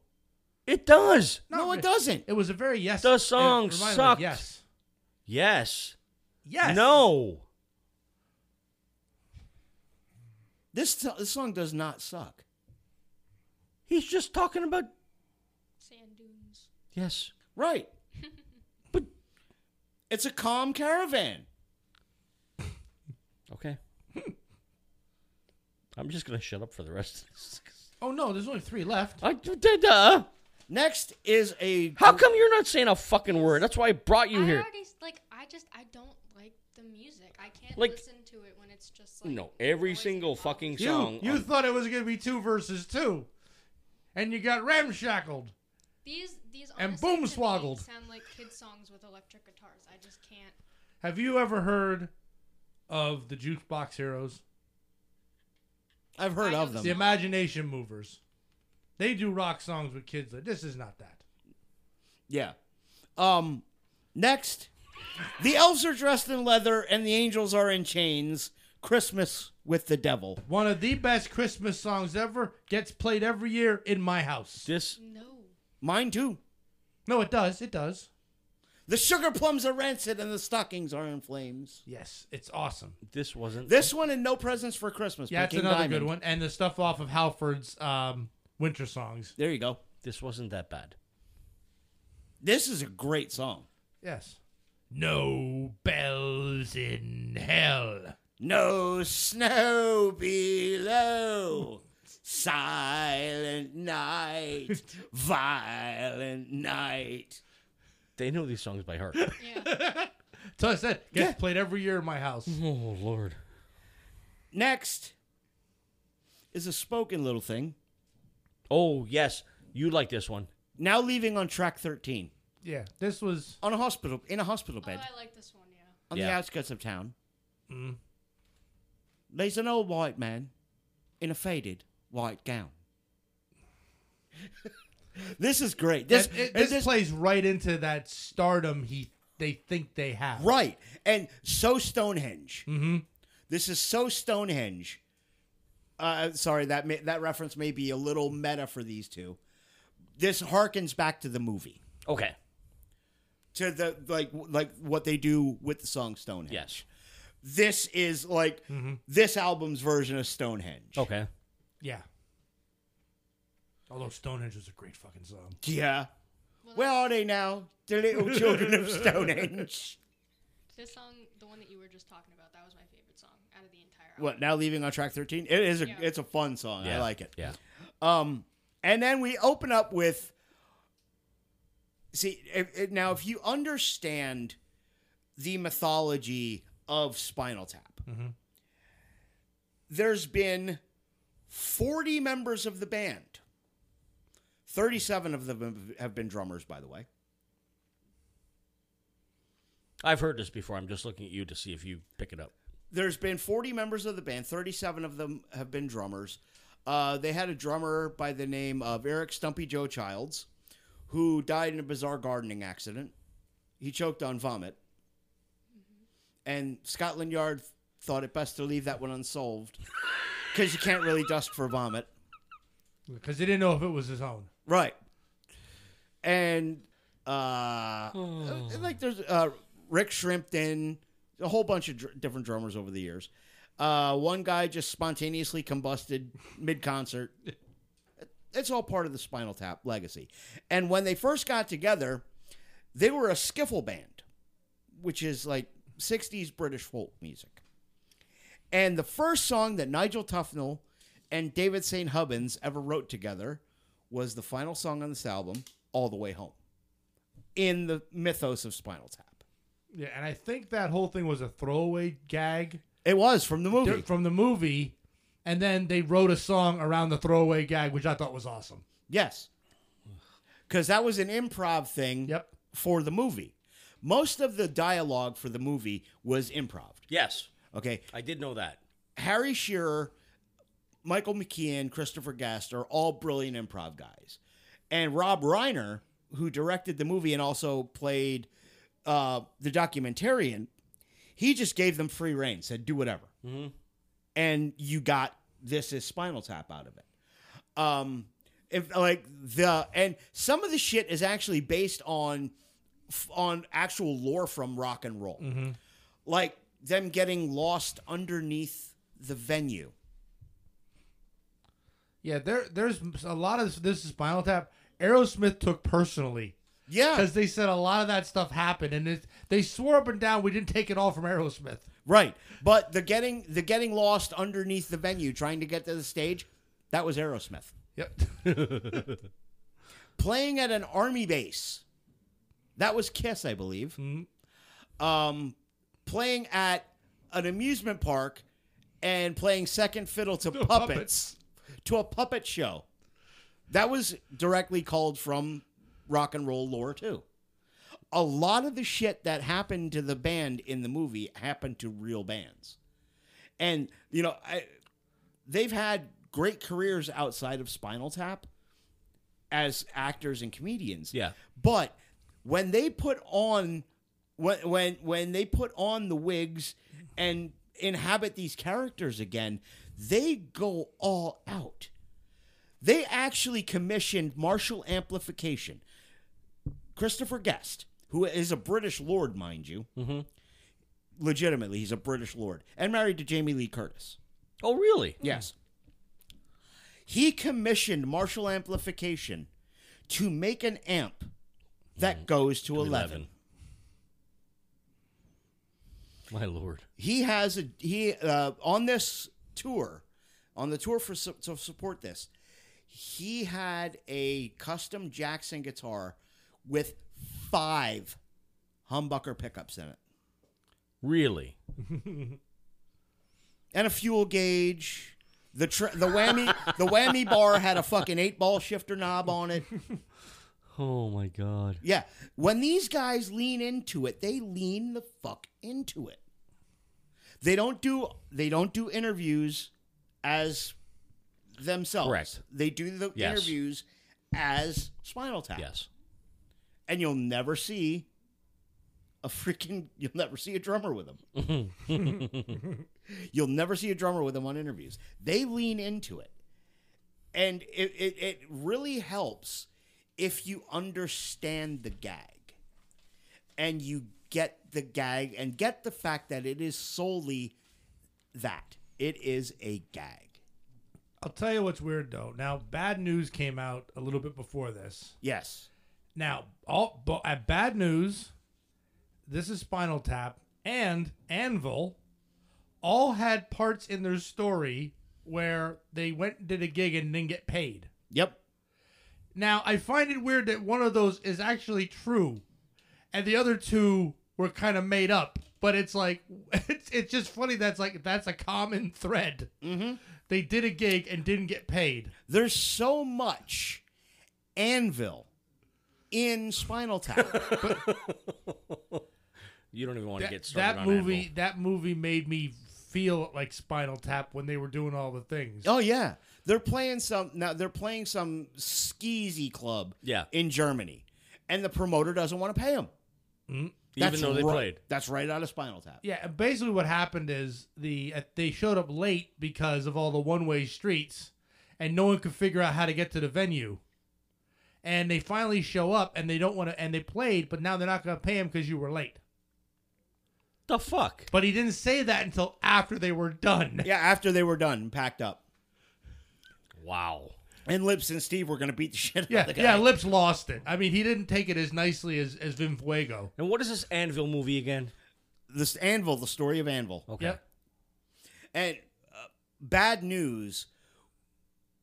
D: It does.
B: No,
C: Not
B: it
C: re-
B: doesn't.
C: It was a very yes.
D: The
C: it
D: song
C: reminded me of
D: sucked.
C: Yes.
D: Yes.
C: Yes.
D: No.
B: This, so- this song does not suck.
D: He's just talking about.
E: Sand dunes.
D: Yes.
B: Right.
D: But-
B: it's a calm caravan.
D: Okay. I'm just gonna shut up for the rest of this.
C: Oh no, there's only three left.
D: I did. Uh,
B: Next is a
D: how come you're not saying a fucking word? That's why I brought you
E: I
D: here.
E: already s- like I just I don't like the music. I can't
D: Like-
E: listen to it when it's just like
D: No, every
E: noise
D: single
E: and problems.
D: fucking
C: You
D: song.
C: you
D: on-
C: thought it was gonna be two versus two, and you got ramshackled.
E: These these
C: And
E: honestly,
C: boom
E: to me,
C: swoggled.
E: sound like kid songs with electric guitars. I just can't.
C: Have you ever heard of the Jukebox Heroes?
B: I've heard
E: I
B: of
E: don't
B: them.
C: The Imagination Movers. They do rock songs with kids. Like, this is not that.
B: Yeah. Um, next, the elves are dressed in leather and the angels are in chains. Christmas with the devil.
C: One of the best Christmas songs ever gets played every year in my house.
D: This
E: No.
B: Mine too.
C: No, it does. It does.
B: The sugar plums are rancid and the stockings are in flames.
C: Yes, it's awesome.
D: this wasn't.
B: This one and no presents for Christmas. by
C: Yeah, it's
B: King
C: another
B: Diamond.
C: good one. And the stuff off of Halford's um, Winter Songs.
B: There you go.
D: This wasn't that bad.
B: This is a great song.
C: Yes. No bells in hell.
B: No snow below. Silent night, violent night.
D: They know these songs by heart.
E: Yeah.
C: So I said, gets played every year in my house.
B: Mm-hmm.
D: oh lord.
B: Next is a spoken little thing.
D: Oh yes, you like this one.
B: Now leaving on track 13
C: Yeah, this was.
B: on a hospital in a hospital
E: oh,
B: bed
E: I like this one. Yeah.
B: on the
D: Yeah.
B: outskirts of town.
C: Mm.
B: There's an old white man in a faded white gown. this is great. This,
C: This, it,
B: this,
C: this, plays right into that stardom he they think they have.
B: right and so Stonehenge.
C: Mm-hmm.
B: This is so Stonehenge. Uh, sorry, that may, that reference may be a little meta for these two. This harkens back to the movie,
D: Okay.
B: to the like like what they do with the song Stonehenge.
D: Yes. Mm-hmm.
B: This is like this album's version of Stonehenge.
D: Okay.
C: Yeah. Although Stonehenge was a great fucking song.
B: Yeah. Where are they now? The little children of Stonehenge.
E: This song, the one that you were just talking about, that was my favorite song out of the entire album.
B: What now? Leaving on track thirteen. It is a
E: Yeah.
B: it's a fun song.
D: Yeah.
B: I like it.
D: Yeah.
B: Um, and then we open up with. See if, if- now, if you understand the mythology of Spinal Tap, there's been forty members of the band. Thirty-seven of them have been drummers, by the way.
D: I've heard this before. I'm just looking at you to see if you pick it up.
B: there's been 40 members of the band 37 of them have been drummers uh, they had a drummer by the name of eric stumpy joe childs who died in a bizarre gardening accident he choked on vomit and scotland yard thought it best to leave that one unsolved because you can't really dust for vomit
C: Because they didn't know if it was his own.
B: right and uh, like there's uh, Rick Shrimpton, a whole bunch of dr- different drummers over the years. Uh, one guy just spontaneously combusted mid concert. It's all part of the Spinal Tap legacy. And when they first got together, they were a skiffle band, which is like 60s British folk music. And the first song that Nigel Tufnell and David St. Hubbins ever wrote together was the final song on this album, All the Way Home in the mythos of Spinal Tap.
C: Yeah, and I think that whole thing was a throwaway gag
B: It was from the movie.
C: from the movie, and then they wrote a song around the throwaway gag, which I thought was awesome.
B: Yes. Because that was an improv thing
C: Yep.
B: for the movie. Most of the dialogue for the movie was improv.
D: Yes,
B: Okay.
D: I did know that.
B: Harry Shearer, Michael McKean, Christopher Guest are all brilliant improv guys. And Rob Reiner, who directed the movie and also played uh, the documentarian, he just gave them free reign, said, do whatever. And you got this is Spinal Tap out of it. Um, if like the and some of the shit is actually based on f- on actual lore from rock and roll like them getting lost underneath the venue.
C: Yeah, there, there's a lot of this is Spinal Tap. Aerosmith took personally
B: Yeah,
C: because they said a lot of that stuff happened, and it, they swore up and down we didn't take it all from Aerosmith.
B: right. But the getting the getting lost underneath the venue, trying to get to the stage, that was Aerosmith
C: Yep.
B: playing at an army base. That was Kiss, I believe. Um, playing at an amusement park and playing second fiddle to puppets,
C: puppets.
B: to a puppet show. That was directly called from rock and roll lore too. A lot of the shit that happened to the band in the movie happened to real bands. And you know, I, they've had great careers outside of Spinal Tap as actors and comedians.
D: Yeah.
B: But when they put on when when when they put on the wigs and inhabit these characters again, they go all out. They actually commissioned Marshall Amplification. Christopher Guest, who is a British lord, mind you. Legitimately, he's a British lord and married to Jamie Lee Curtis.
D: Oh, really?
B: Yes. He commissioned Marshall Amplification to make an amp that goes Mm. to 11.
D: My lord.
B: He has a he uh, on this tour, on the tour for su- to support this. He had a custom Jackson guitar with five humbucker pickups in it.
D: Really?
B: and a fuel gauge. The tr- the whammy the whammy bar had a fucking eight ball shifter knob on it.
D: Oh my god.
B: Yeah, when these guys lean into it, they lean the fuck into it. They don't do they don't do interviews as themselves.
D: Correct.
B: They do the
D: Yes.
B: interviews as Spinal Tap.
D: Yes.
B: and you'll never see a freaking you'll never see a drummer with them. you'll never see a drummer with them on interviews. They lean into it. And it, it, it really helps if you understand the gag and you get the gag and get the fact that it is solely that. It is a gag.
C: I'll tell you what's weird though. Now, bad news came out a little bit before this.
B: Yes.
C: Now, all but at bad news, this is Spinal Tap and Anvil, all had parts in their story where they went and did a gig and didn't get paid.
B: Yep.
C: Now, I find it weird that one of those is actually true, and the other two were kind of made up. But it's like it's, it's just funny that's like that's a common thread. Mm-hmm. They did a gig and didn't get paid.
B: There's so much anvil in Spinal Tap.
D: You don't even want to
C: That-
D: get started
C: that
D: on
C: movie
D: Anvil.
C: that movie made me feel like Spinal Tap when they were doing all the things.
B: Oh yeah, they're playing some now. They're playing some skeezy club.
D: Yeah.
B: in Germany, and the promoter doesn't want to pay them.
D: Even though they
B: right,
D: played.
B: That's right out of Spinal Tap.
C: Yeah, and basically what happened is the uh, they showed up late because of all the one-way streets and no one could figure out how to get to the venue. And they finally show up and they don't want to and they played, but now they're not going to pay him cuz you were late.
D: The fuck?
C: But he didn't say that until after they were done.
B: Yeah, after they were done, and packed up,
D: Wow.
B: and Lips and Steve were gonna beat the shit out of
C: Yeah,
B: the guy.
C: yeah, Lips lost it. I mean, he didn't take it as nicely as as Vin Fuego.
D: And what is this Anvil movie again?
B: This Anvil, the story of Anvil,
D: Okay.
C: Yep.
B: and uh, bad news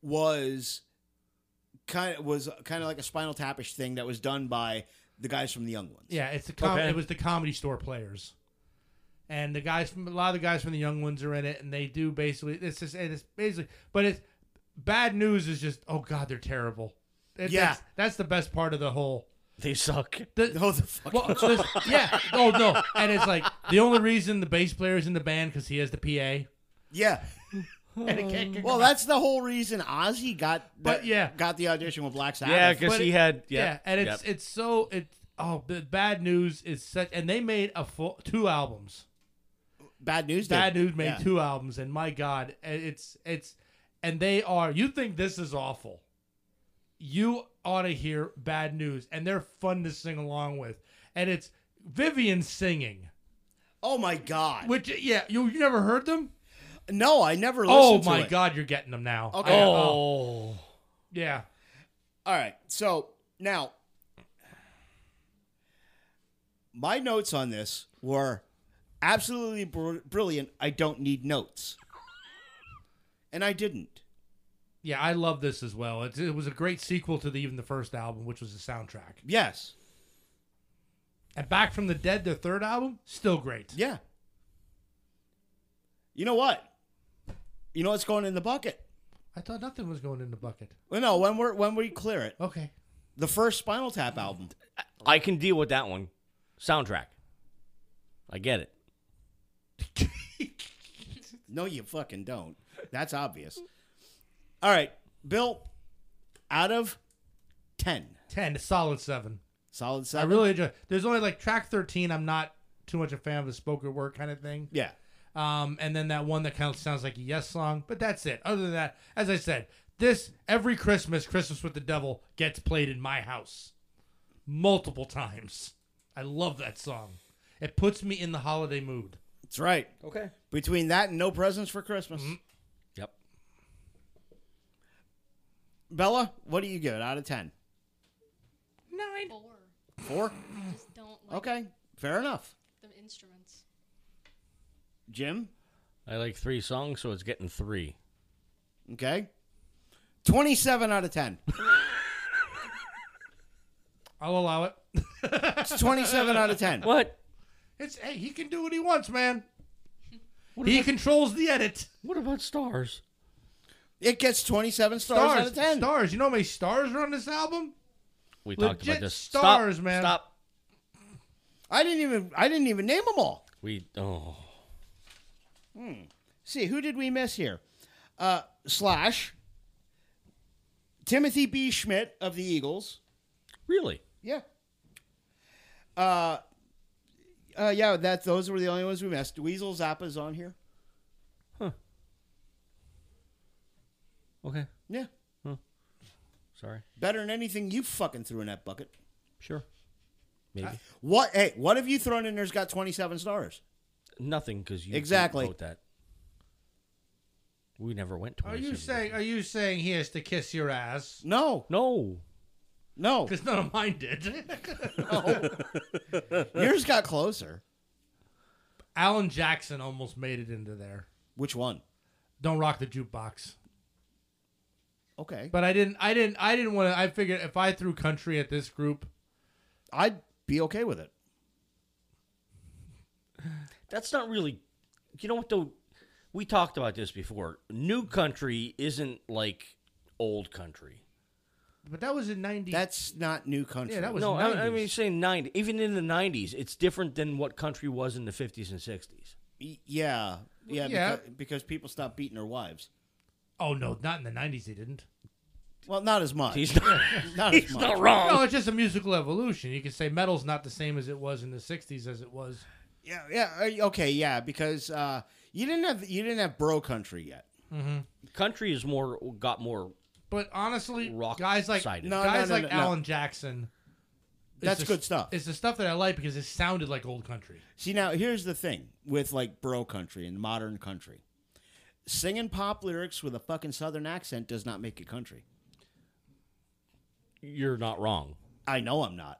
B: was kind of was kind of like a Spinal Tapish thing that was done by the guys from the Young Ones.
C: Yeah, it's the com-
D: Okay.
C: it was the comedy store players, and the guys from a lot of the guys from the young ones are in it, and they do basically it's just and it's basically but it's bad news is just oh god they're terrible. It-
B: Yeah.
C: that's, that's the best part of the whole.
D: They suck.
C: The,
B: Oh, the fuck.
C: well, this, yeah, oh no, and it's like the only reason the bass player is in the band because he has the PA.
B: yeah.
C: And it can't,
B: Well, that's the whole reason Ozzy got that,
C: But, yeah.
B: got the audition with Black Sabbath.
D: Yeah, because
C: But
D: he
C: it-
D: had. Yep.
C: yeah, and it's
D: yep.
C: it's so it oh the bad news is such and they made a full two albums.
B: Bad news.
C: Bad
B: did.
C: News made
B: Yeah.
C: two albums, and my God, it's it's and they are. You think this is awful? You ought to hear Bad News, and they're fun to sing along with, and it's Vivian singing.
B: Oh my god.
C: Which yeah, you you never heard them?
B: No, I never listened.
C: Oh
B: to
C: my
B: it.
C: God, you're getting them now.
B: Okay.
C: I-
D: Oh.
C: yeah.
B: All right. So now, my notes on this were absolutely br- brilliant. I don't need notes, and I didn't.
C: Yeah, I love this as well. It, it was a great sequel to the even the first album, which was the soundtrack.
B: Yes.
C: And Back from the Dead, their third album, still great.
B: Yeah. You know what? You know what's going in the bucket?
C: I thought nothing was going in the bucket.
B: Well, no, when we're when we clear it,
C: Okay.
B: the first Spinal Tap album.
D: I can deal with that one. Soundtrack. I get it.
B: No, you fucking don't. That's obvious. All right, Bill. Out of ten,
C: Ten, a solid seven.
B: solid
C: I
B: seven.
C: really enjoy. There's only like track thirteen. I'm not too much a fan of the spoken word kind of thing.
B: yeah.
C: Um, and then that one that kind of sounds like a yes song, but that's it. Other than that, as I said, this every Christmas, Christmas with the Devil gets played in my house multiple times. I love that song. It puts me in the holiday mood.
B: That's right.
D: Okay. Mm-hmm.
B: Between that and no presents for Christmas,
D: Yep.
B: Bella, what do you give it out of ten?
C: Nine.
E: Four.
B: Four.
E: I just don't like
B: Okay, fair enough.
E: the instruments.
B: Jim,
D: I like three songs, so it's getting three.
B: okay, twenty-seven out of ten.
C: I'll allow it.
B: It's twenty-seven out of ten.
D: What?
C: It's hey, he can do what he wants, man. he controls the edit.
D: What about stars?
B: It gets twenty-seven stars, out
C: Stars,
B: of ten.
C: stars. You know how many stars are on this album?
D: We talked
C: Legit
D: about this.
C: stars,
D: Stop,
C: man.
D: Stop.
B: I didn't even. I didn't even name them all.
D: We oh
B: see who did we miss here uh, slash timothy b schmidt of the eagles
D: really?
B: yeah uh, uh, yeah that those were the only ones we missed weasel zappa's on here
D: Okay.
B: yeah
D: Sorry.
B: better than anything you fucking threw in that bucket
D: Sure. Maybe
B: what hey what have you thrown in there's got 27 stars
D: nothing because you didn't
B: Exactly.
D: vote that. We never went to.
C: Are you saying? Are you saying he has to kiss your ass?
B: no
D: no?
B: no
C: Because none of mine did.
B: yours got closer
C: Alan Jackson almost made it into there.
B: which one
C: Don't rock the jukebox.
B: okay
C: But I didn't. I didn't. I didn't want to. I figured if I threw country at this group,
B: i'd be okay with it
D: That's not really. You know what though? We talked about this before. New country isn't like old country.
C: but that was in ninety.
B: that's not new country
C: yeah, that was
D: No, I, I
C: 90s.
D: mean saying ninety. Even in the nineties, it's different than what country was in the fifties and sixties.
B: Y- yeah yeah,
C: Yeah.
B: Because, because people stopped beating their wives
C: Oh no, not in the nineties. They didn't.
B: well not as much
D: He's not,
B: not as
D: he's
B: much
D: not wrong.
C: No, it's just a musical evolution. You could say metal's not the same as it was in the sixties as it was.
B: Yeah, yeah, uh, okay, yeah, because uh, you didn't have you didn't have bro country yet.
D: Country is more got more
C: But honestly,
D: rock
C: guys like
D: sided.
B: No,
C: guys
B: no,
C: like
B: no, no.
C: Alan Jackson. is
B: That's
C: the-
B: good stuff.
C: It's the stuff that I like because it sounded like old country.
B: See, now here's the thing with like bro country and modern country, singing pop lyrics with a fucking southern accent does not make it country.
D: You're not wrong.
B: I know I'm not.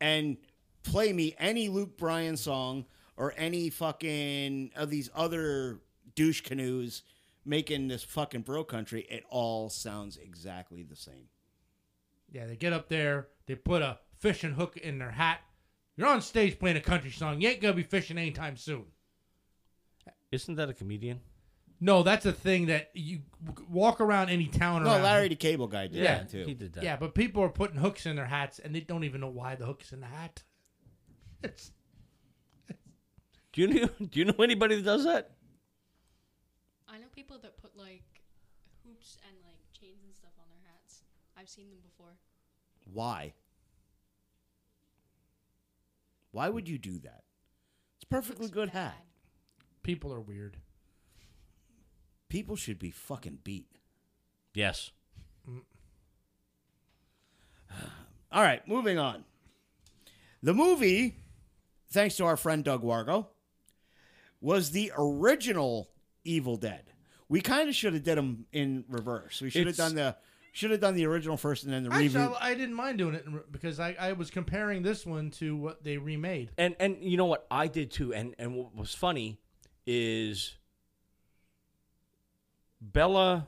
B: And play me any Luke Bryan song or any fucking of these other douche canoes making this fucking bro country. It all sounds exactly the same.
C: Yeah, they get up there, they put a fishing hook in their hat. You're on stage playing a country song. You ain't gonna be fishing anytime soon.
D: Isn't that a comedian?
C: No, that's a thing that you walk around any town.
B: No,
C: around.
B: Larry the Cable Guy did
C: Yeah,
B: that too.
D: He did that.
C: Yeah, but people are putting hooks in their hats, and they don't even know why the hook's in the hat. It's
D: Do you know, do you know anybody that does that?
E: I know people that put like hoops and like chains and stuff on their hats. I've seen them before.
B: Why? Why would you do that? It's a perfectly
E: Looks
B: good
E: bad.
B: hat.
C: people are weird.
B: People should be fucking beat.
D: Yes.
B: All right, moving on. The movie, thanks to our friend Doug Wargo, was the original Evil Dead. We kind of should have did them in reverse. We should have
D: It's-
B: done the should have done the original first and then the
C: Actually,
B: reboot.
C: I, I didn't mind doing it in re- because I, I was comparing this one to what they remade.
D: And and you know what I did too. And and what was funny is Bella,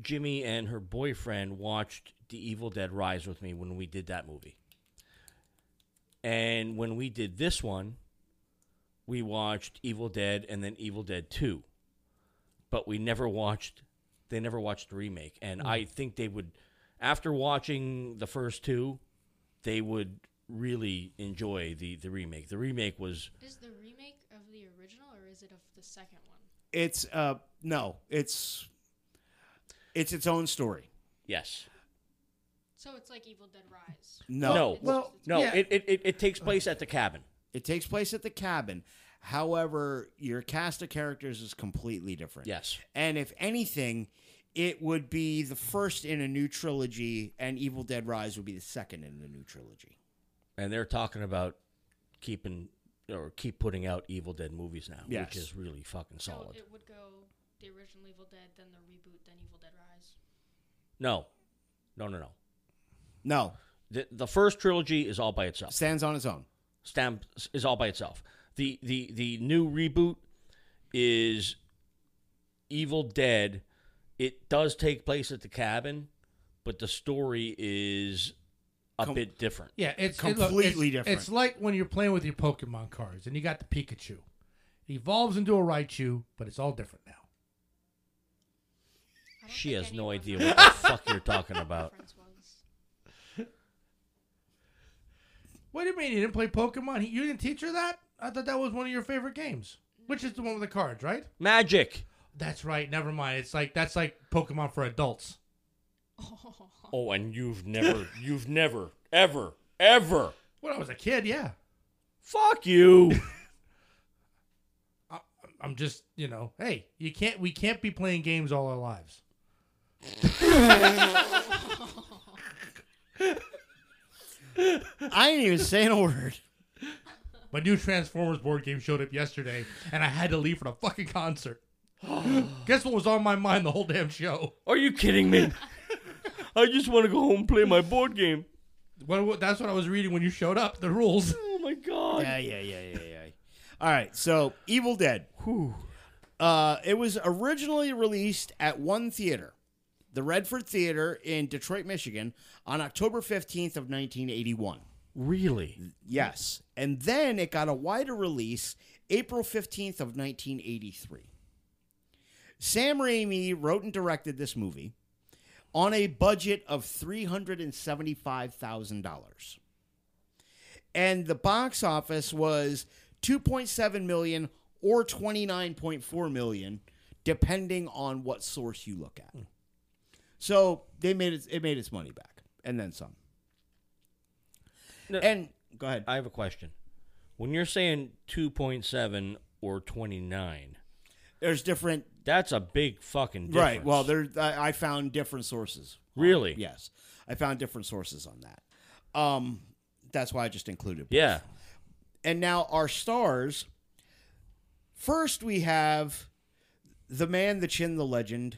D: Jimmy, and her boyfriend watched The Evil Dead Rise with me when we did that movie. And when we did this one, we watched Evil Dead and then Evil Dead 2. But we never watched they never watched the remake and I think they would after watching the first two, they would really enjoy the the remake. The remake was
E: Is the remake of the original or is it of the second one?
B: It's uh no, it's it's its own story.
D: yes.
E: So it's like Evil Dead Rise.
B: No.
D: no.
B: Well,
D: No,
B: yeah.
D: it, it, it, it takes place at the cabin.
B: It takes place at the cabin. However, your cast of characters is completely different.
D: Yes.
B: And if anything, it would be the first in a new trilogy, and Evil Dead Rise would be the second in the new trilogy.
D: And they're talking about keeping or keep putting out Evil Dead movies now,
B: Yes.
D: which is really fucking solid.
E: So it would go the original Evil Dead, then the reboot, then Evil Dead Rise.
D: No, no, no, no.
B: No,
D: The, the first trilogy is all by itself.
B: stands on its own.
D: Stamp is all by itself. The the the new reboot is Evil Dead. It does take place at the cabin, but the story is a bit different.
C: Yeah, it's it- look,
B: Completely
C: it's-
B: different.
C: It's like when you're playing with your Pokemon cards and you got the Pikachu. It evolves into a Raichu, but it's all different now.
E: I don't
D: She
E: think
D: has no
E: anyone
D: idea
E: knows
D: what the fuck you're talking about.
E: reference was.
C: Wait a minute, you didn't play Pokemon? He- You didn't teach her that? I thought that was one of your favorite games, which is the one with the cards, right?
D: Magic.
C: That's right. Never mind. It's like that's like Pokemon for adults.
D: Oh, and you've never, you've never, ever, ever.
C: When I was a kid, yeah.
D: Fuck you.
C: I'm just, you know, hey, you can't. We can't be playing games all our lives.
B: I didn't even say a word.
C: My new Transformers board game showed up yesterday, and I had to leave for the fucking concert. Guess what was on my mind the whole damn show?
D: Are you kidding me? I just want to go home and play my board game.
C: What, what- that's what I was reading when you showed up. The rules.
D: Oh my god.
B: Yeah, yeah, yeah, yeah, yeah. All right, so Evil Dead. Uh, it was originally released at one theater, the Redford Theater in Detroit, Michigan, on October 15th of 1981.
D: Really?
B: Yes. And then it got a wider release April 15th of 1983. Sam Raimi wrote and directed this movie on a budget of $375,000. And the box office was 2.7 million or 29.4 million depending on what source you look at. So, they made it it made its money back and then some.
D: No.
B: and go ahead.
D: I have a question. When you're saying 2.7 or 29,
B: there's different
D: that's a big fucking difference.
B: right well there I, I found different sources
D: Really?
B: yes i found different sources on that um that's why i just included
D: Yeah.
B: and now our stars first we have the man the chin the legend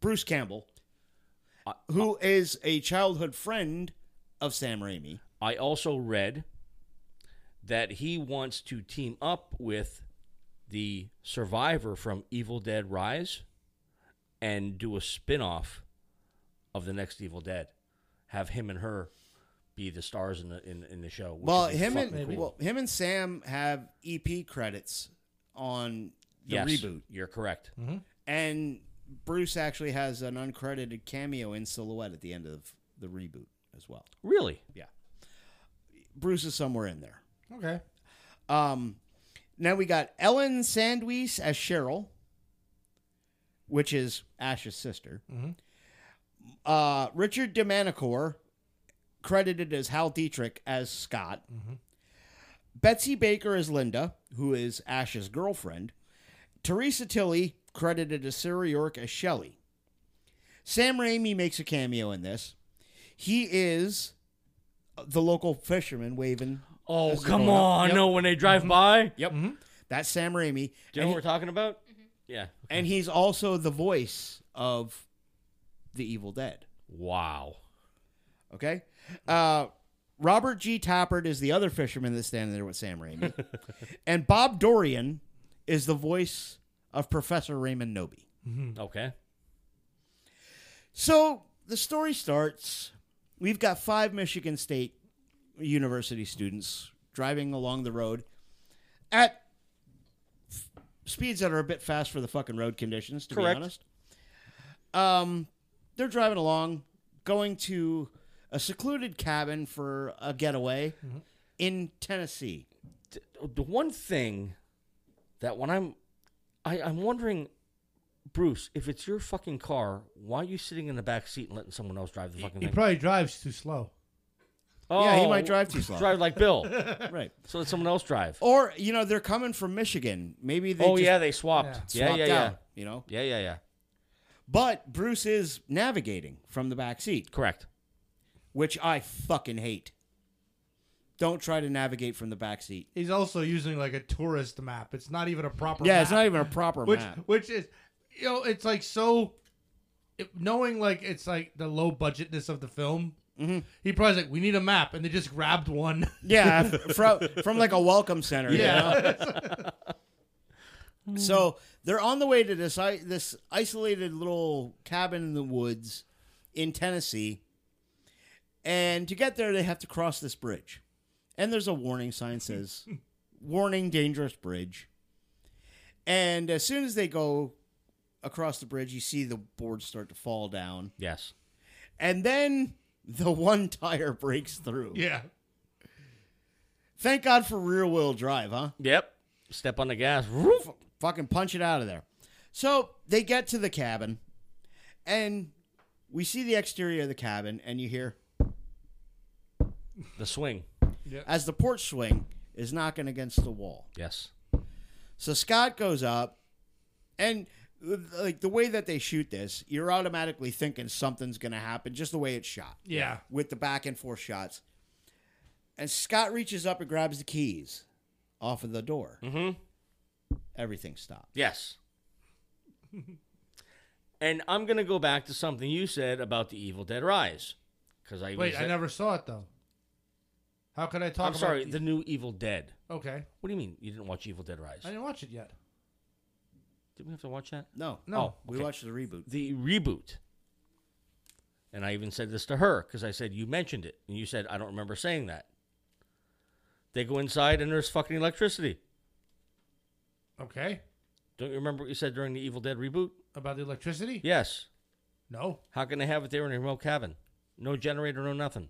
B: bruce campbell
D: Oh.
B: who is a childhood friend of sam raimi
D: I also read that he wants to team up with the survivor from Evil Dead Rise and do a spin-off of the next Evil Dead. Have him and her be the stars in the in, in the show. which would
B: well
D: be
B: him
D: fucking
B: and
D: cool.
B: well, him and sam have ep credits on the
D: Yes,
B: reboot
D: You're correct.
B: And Bruce actually has an uncredited cameo in silhouette at the end of the reboot as well.
D: Really?
B: Bruce is somewhere in there.
C: Okay.
B: Um, now we got Ellen Sandweiss as Cheryl, which is Ash's sister. Uh, Richard DeManicore, credited as Hal Dietrich, as Scott. Betsy Baker as Linda, who is Ash's girlfriend. Teresa Tilly, credited as Sarah York, as Shelley. Sam Raimi makes a cameo in this. He is the local fisherman waving.
D: Oh,
B: as they're
D: come
B: going up.
D: on.
B: Yep. Mm-hmm.
D: No, when they drive by. Mm-hmm.
B: Yep. That's Sam Raimi.
D: Do you know what we're talking about? Yeah.
B: And he's also the voice of the Evil Dead.
D: Wow.
B: Okay? Uh, Robert G. Tappert is the other fisherman that's standing there with Sam Raimi. and Bob Dorian is the voice of Professor Raymond Noby.
D: Okay.
B: So the story starts. We've got five Michigan State University students driving along the road, at f- speeds that are a bit fast for the fucking road conditions, to
D: Correct.
B: be honest. Um, they're driving along, going to a secluded cabin for a getaway
D: Mm-hmm.
B: in Tennessee.
D: the one thing that when I'm, I, I'm wondering, Bruce, if it's your fucking car, why are you sitting in the back seat and letting someone else drive the fucking
C: He
D: thing?
C: probably drives too slow.
B: yeah, he
D: Oh,
B: might drive too slow.
D: Drive like Bill,
B: right.
D: so let someone else drive. Oh,
B: Or, you know, they're coming from Michigan. Maybe they just
D: yeah, they swapped. Yeah,
B: swapped
D: yeah, yeah,
B: out, you know?
D: yeah, yeah, yeah.
B: But Bruce is navigating from the back seat.
D: Correct.
B: which I fucking hate. Don't try to navigate from the back seat.
C: He's also using like a tourist map. It's not even a proper.
B: Yeah,
C: map.
B: it's not even a proper
C: which
B: map.
C: which is you know it's like so it- knowing like it's like the low budgetness of the film
B: Mm-hmm.
C: he probably's like we need a map and they just grabbed one
B: Yeah, from from like a welcome center. Yeah. So they're on the way to this i- this isolated little cabin in the woods in Tennessee, and to get there they have to cross this bridge, and there's a warning sign says, "Warning: Dangerous Bridge." And as soon as they go across the bridge, you see the boards start to fall down.
D: Yes.
B: and then the one tire breaks through.
C: yeah
B: Thank God for rear wheel drive, huh?
D: Yep. Step on the gas. Woof.
B: Fucking punch it out of there. So they get to the cabin, and we see the exterior of the cabin, and you hear
D: The swing.
B: as the porch swing is knocking against the wall.
D: Yes.
B: So Scott goes up, and like the way that they shoot this, you're automatically thinking something's going to happen, just the way it's shot.
C: yeah
B: with the back and forth shots. And Scott reaches up and grabs the keys off of the door. Mm-hmm. Everything stopped.
D: Yes. and I'm gonna go back to something you said about the Evil Dead Rise, because I
C: wait
D: was-
C: i never saw it though how can i talk
D: I'm
C: about
D: sorry.
C: the-
D: The new Evil Dead.
C: okay
D: What do you mean you didn't watch Evil Dead Rise?
C: i didn't watch it yet
D: Did we have to watch that?
B: No,
C: No.
D: Oh,
B: we
D: okay.
B: watched the reboot.
D: The reboot. And I even said this to her because I said, You mentioned it. And you said, I don't remember saying that. They go inside and there's fucking electricity.
C: okay
D: Don't you remember what you said during the Evil Dead reboot?
C: about the electricity
D: Yes.
C: no
D: How can they have it there in a remote cabin? No generator, no nothing.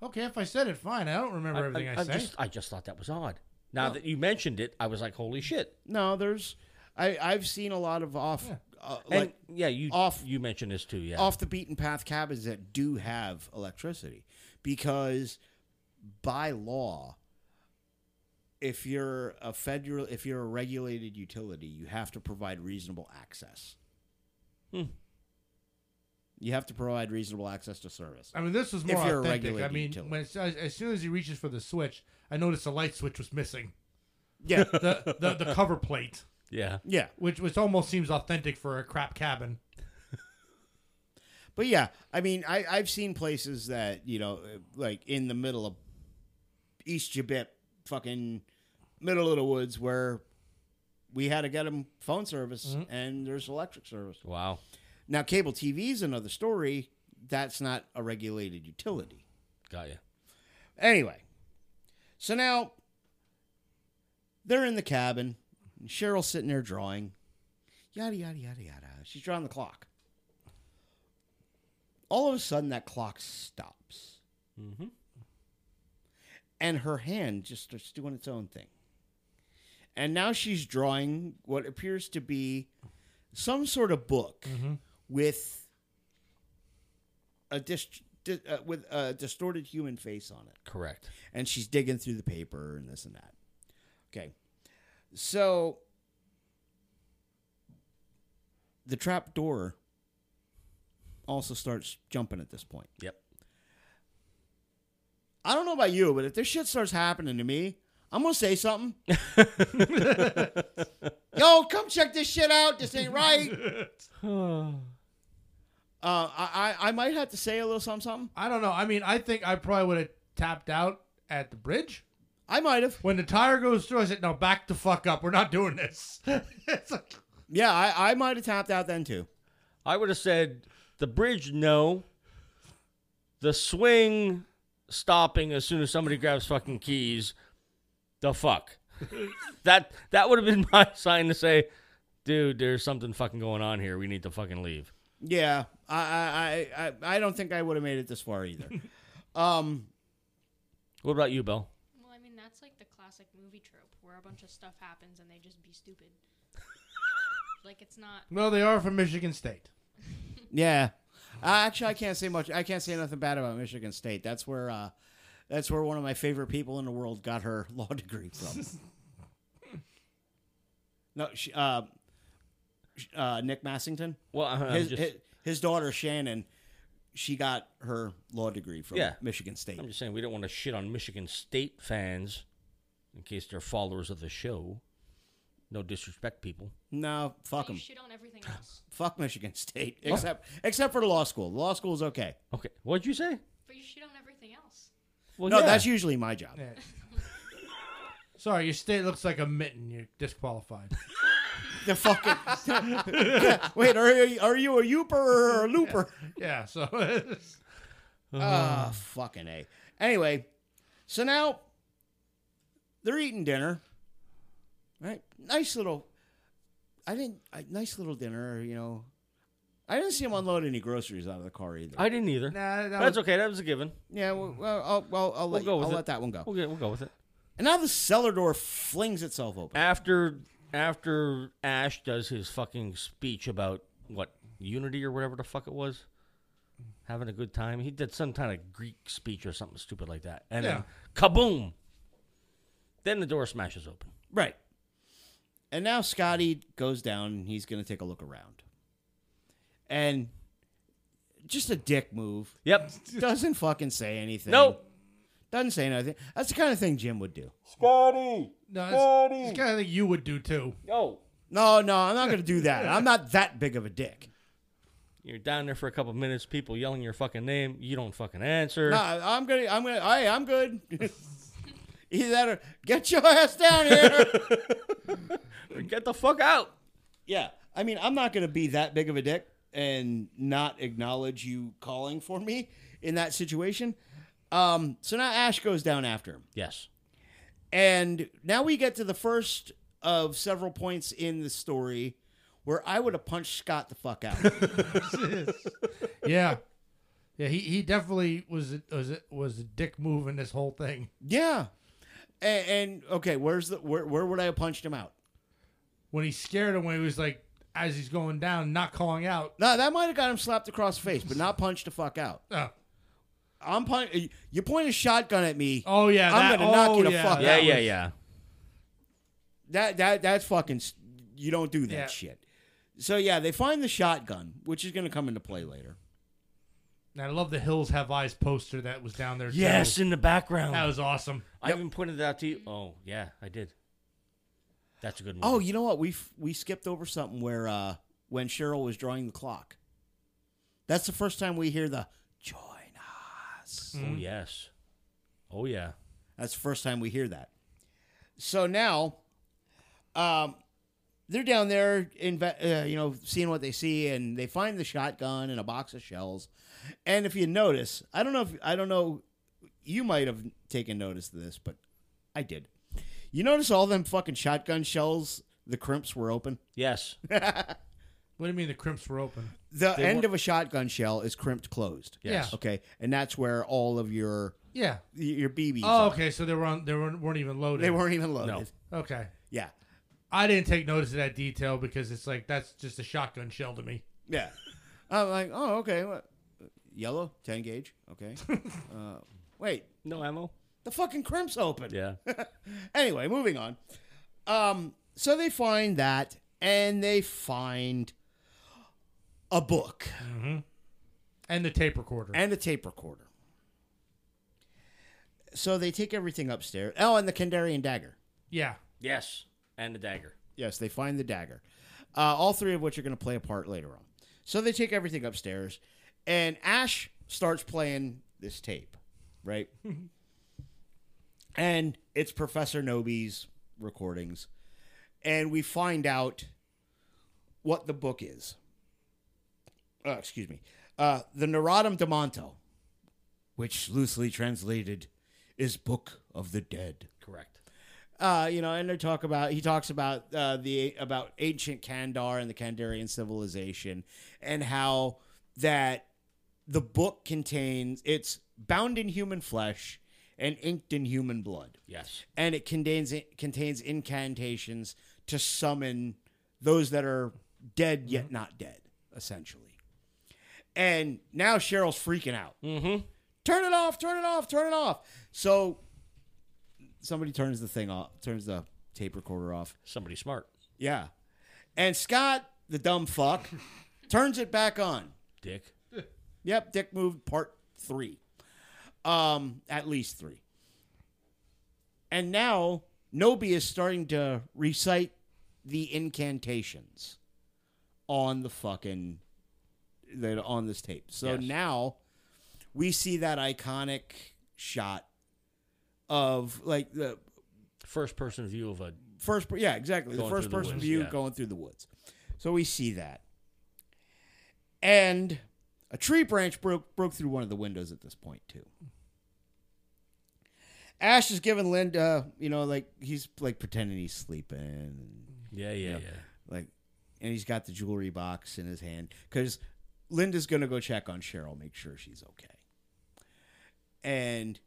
C: okay if i said it fine i don't remember everything i,
D: I'm
C: say
D: just, I just thought that was odd. Now that you mentioned it, I was like, Holy shit.
B: No, there's I I've seen a lot of off uh,
D: And
B: like
D: yeah, you
B: off-
D: you mentioned this too, yeah.
B: off the beaten path cabins that do have electricity because by law if you're a federal if you're a regulated utility you have to provide reasonable access
D: Hmm.
B: you have to provide reasonable access to service
C: I mean, this was
B: If
C: more
B: you're a
C: authentic. I
B: regulated
C: mean,
B: utility.
C: when as, as soon as he reaches for the switch, I noticed the light switch was missing.
B: yeah
C: The the, the cover plate,
D: Yeah.
B: yeah
C: which which almost seems authentic for a crap cabin.
B: But yeah, I mean, I, I've seen places that, you know, like in the middle of East Jabip, fucking middle of the woods where we had to get them phone service and there's electric service.
D: Wow.
B: Now, cable TV is another story. That's not a regulated utility.
D: Got you.
B: Anyway, so now they're in the cabin. and Cheryl's sitting there drawing. Yada, yada, yada, yada. She's drawing the clock. All of a sudden, that clock stops.
D: Mhm.
B: And her hand just starts doing its own thing. And now she's drawing what appears to be some sort of book with a dis- di- uh, with a distorted human face on it
D: Correct.
B: and she's digging through the paper and this and that. Okay. So the trap door also starts jumping at this point.
D: Yep.
B: I don't know about you, but if this shit starts happening to me, I'm gonna say something. Yo, come check this shit out. This ain't right. Uh, I, I I might have to say a little something. something.
C: I don't know. I mean, I think I probably would have tapped out at the bridge.
B: I might have.
C: When the tire goes through, I said, no, back the fuck up. We're not doing this. it's like,
B: Yeah, I, I might have tapped out then too.
D: I would have said the bridge, no. The swing stopping as soon as somebody grabs fucking keys. The fuck. that that would have been my sign to say, dude, there's something fucking going on here. We need to fucking leave.
B: Yeah, I I I, I I don't think I would have made it this far either. um,
D: What about you, Bill?
E: Well, I mean, that's like the classic movie trope where a bunch of stuff happens and they just be stupid. like, it's not.
C: No, they are from Michigan State.
B: yeah, uh, actually, I can't say much. I can't say nothing bad about Michigan State. That's where uh, that's where one of my favorite people in the world got her law degree from. no, she, uh, sh- uh, Nick Massington,
D: Well, I- I'm
B: his,
D: just,
B: his his daughter Shannon, she got her law degree from
D: Yeah.
B: Michigan State.
D: I'm just saying we don't want to shit on Michigan State fans in case they're followers of the show. No disrespect, people.
B: No, fuck
E: You
B: them.
E: shit on everything else.
B: Fuck Michigan State, except except for the law school. The law school is okay.
D: Okay, what'd you say?
E: But you shit on everything else.
D: Well,
B: no,
D: yeah.
B: that's usually my job.
C: Yeah. Sorry, your state looks like a mitten. You're disqualified.
B: The fucking wait, are you are you a youper or a looper?
C: Yeah, so
D: Uh-huh.
B: Ah, fucking a. Anyway, so now they're eating dinner, right? Nice little. I didn't. I, nice little dinner, you know. I didn't see him unload any groceries out of the car either.
D: I didn't either.
C: Nah, that
D: that's
C: was-
D: okay. That was a given.
B: yeah, well, well, I'll, well, I'll let,
D: go with
B: I'll
D: it.
B: let that one go.
D: We'll, get, we'll go with it.
B: And now the cellar door flings itself open.
D: After after Ash does his fucking speech about what unity or whatever the fuck it was, having a good time. He did some kind of Greek speech or something stupid like that, and then kaboom! Then the door smashes open.
B: Right. And now Scotty goes down and he's going to take a look around. And just a dick move.
D: Yep.
B: Doesn't fucking say anything.
D: nope.
B: Doesn't say nothing. That's the kind of thing Jim would do.
D: Scotty.
C: no, it's, it's kind of thing you would do too.
D: Yo.
B: No, no, I'm not going to do that. I'm not that big of a dick.
D: You're down there for a couple minutes. People yelling your fucking name. You don't fucking answer.
B: No, I'm going to, I'm going to, hey, I'm good. Either that or get your ass down here.
D: Get the fuck out.
B: yeah. I mean, I'm not going to be that big of a dick and not acknowledge you calling for me in that situation. Um, so now Ash goes down after him.
D: Yes.
B: And now we get to the first of several points in the story where I would have punched Scott the fuck out.
C: yeah, yeah. He, he definitely was a- was a- was a dick move in this whole thing.
B: yeah. And, and okay, where's the where, where would I have punched him out?
C: When he scared him, when he was like, as he's going down, not calling out.
B: No, that might have got him slapped across the face, but not punched the fuck out.
C: Oh,
B: I'm pun- you point a shotgun at me.
C: oh yeah.
B: I'm
C: that-
B: gonna knock you
C: oh,
B: the
C: yeah,
B: fuck
D: Yeah,
C: that
B: out.
D: yeah,
C: was-
D: yeah.
B: That that that's fucking s- you don't do that
C: Yeah.
B: shit. So yeah, they find the shotgun, which is going to come into play later.
C: And I love the Hills Have Eyes poster that was down there. too.
D: Yes, in the background.
C: that was awesome.
D: I even pointed it out to you. Oh, yeah, I did. That's a good movie.
B: Oh, you know what? We f- we skipped over something where uh, when Cheryl was drawing the clock. That's the first time we hear the join us.
D: Oh, yes. Oh, yeah.
B: That's the first time we hear that. So now, um, they're down there, inve- uh, you know, seeing what they see, and they find the shotgun and a box of shells. And if you notice, I don't know if I don't know, you might have taken notice of this, but I did. You notice all them fucking shotgun shells? The crimps were open.
D: Yes.
C: What do you mean the crimps were open?
B: The
D: They
B: end
D: were-
B: of a shotgun shell is crimped closed.
D: Yes.
B: Okay, and that's where all of your
C: Yeah.
B: your BBs.
C: Oh,
B: are.
C: okay. So they were on, they weren't, weren't even loaded.
B: They weren't even loaded.
D: No.
C: Okay.
B: Yeah.
C: I didn't take notice of that detail because it's like that's just a shotgun shell to me.
B: Yeah. I'm like, oh, okay. What? Yellow, 10 gauge. Okay. uh, wait,
D: No ammo?
B: the fucking crimp's open.
D: Yeah.
B: Anyway, moving on. Um, so they find that and they find a book
C: And the tape recorder.
B: and a tape recorder. So they take everything upstairs. Oh, and the Kandarian dagger.
C: yeah.
D: yes. And the dagger.
B: Yes, they find the dagger. Uh, all three of which are going to play a part later on. So they take everything upstairs, and Ash starts playing this tape, right? and it's Professor Noby's recordings, and we find out what the book is. Uh, excuse me, uh, the Narodum Demonto, which loosely translated is Book of the Dead
D: Correct.
B: Uh, you know, and they talk about he talks about uh, the about ancient Kandar and the Kandarian civilization, and how that the book contains it's bound in human flesh and inked in human blood
D: Yes.
B: and it contains it contains incantations to summon those that are dead yet not dead, essentially. And now Cheryl's freaking out. Mm-hmm. Turn it off! Turn it off! Turn it off! So somebody turns the thing off, turns the tape recorder off.
D: Somebody smart.
B: Yeah, and Scott, the dumb fuck, turns it back on.
D: Dick.
B: Yep, Dick moved part three. Um, at least three. And now Nobi is starting to recite the incantations on the fucking that on this tape. So
D: Yes.
B: now we see that iconic shot of like the
D: First person view of a
B: first per- yeah exactly
D: Going
B: the
D: through
B: first
D: the
B: person
D: woods,
B: view
D: yeah.
B: going through the woods so we see that and a tree branch broke broke through one of the windows at this point too ash is giving linda you know like he's like pretending he's sleeping and
D: Yeah, yeah, yeah.
B: like and he's got the jewelry box in his hand because linda's gonna go check on cheryl make sure she's okay and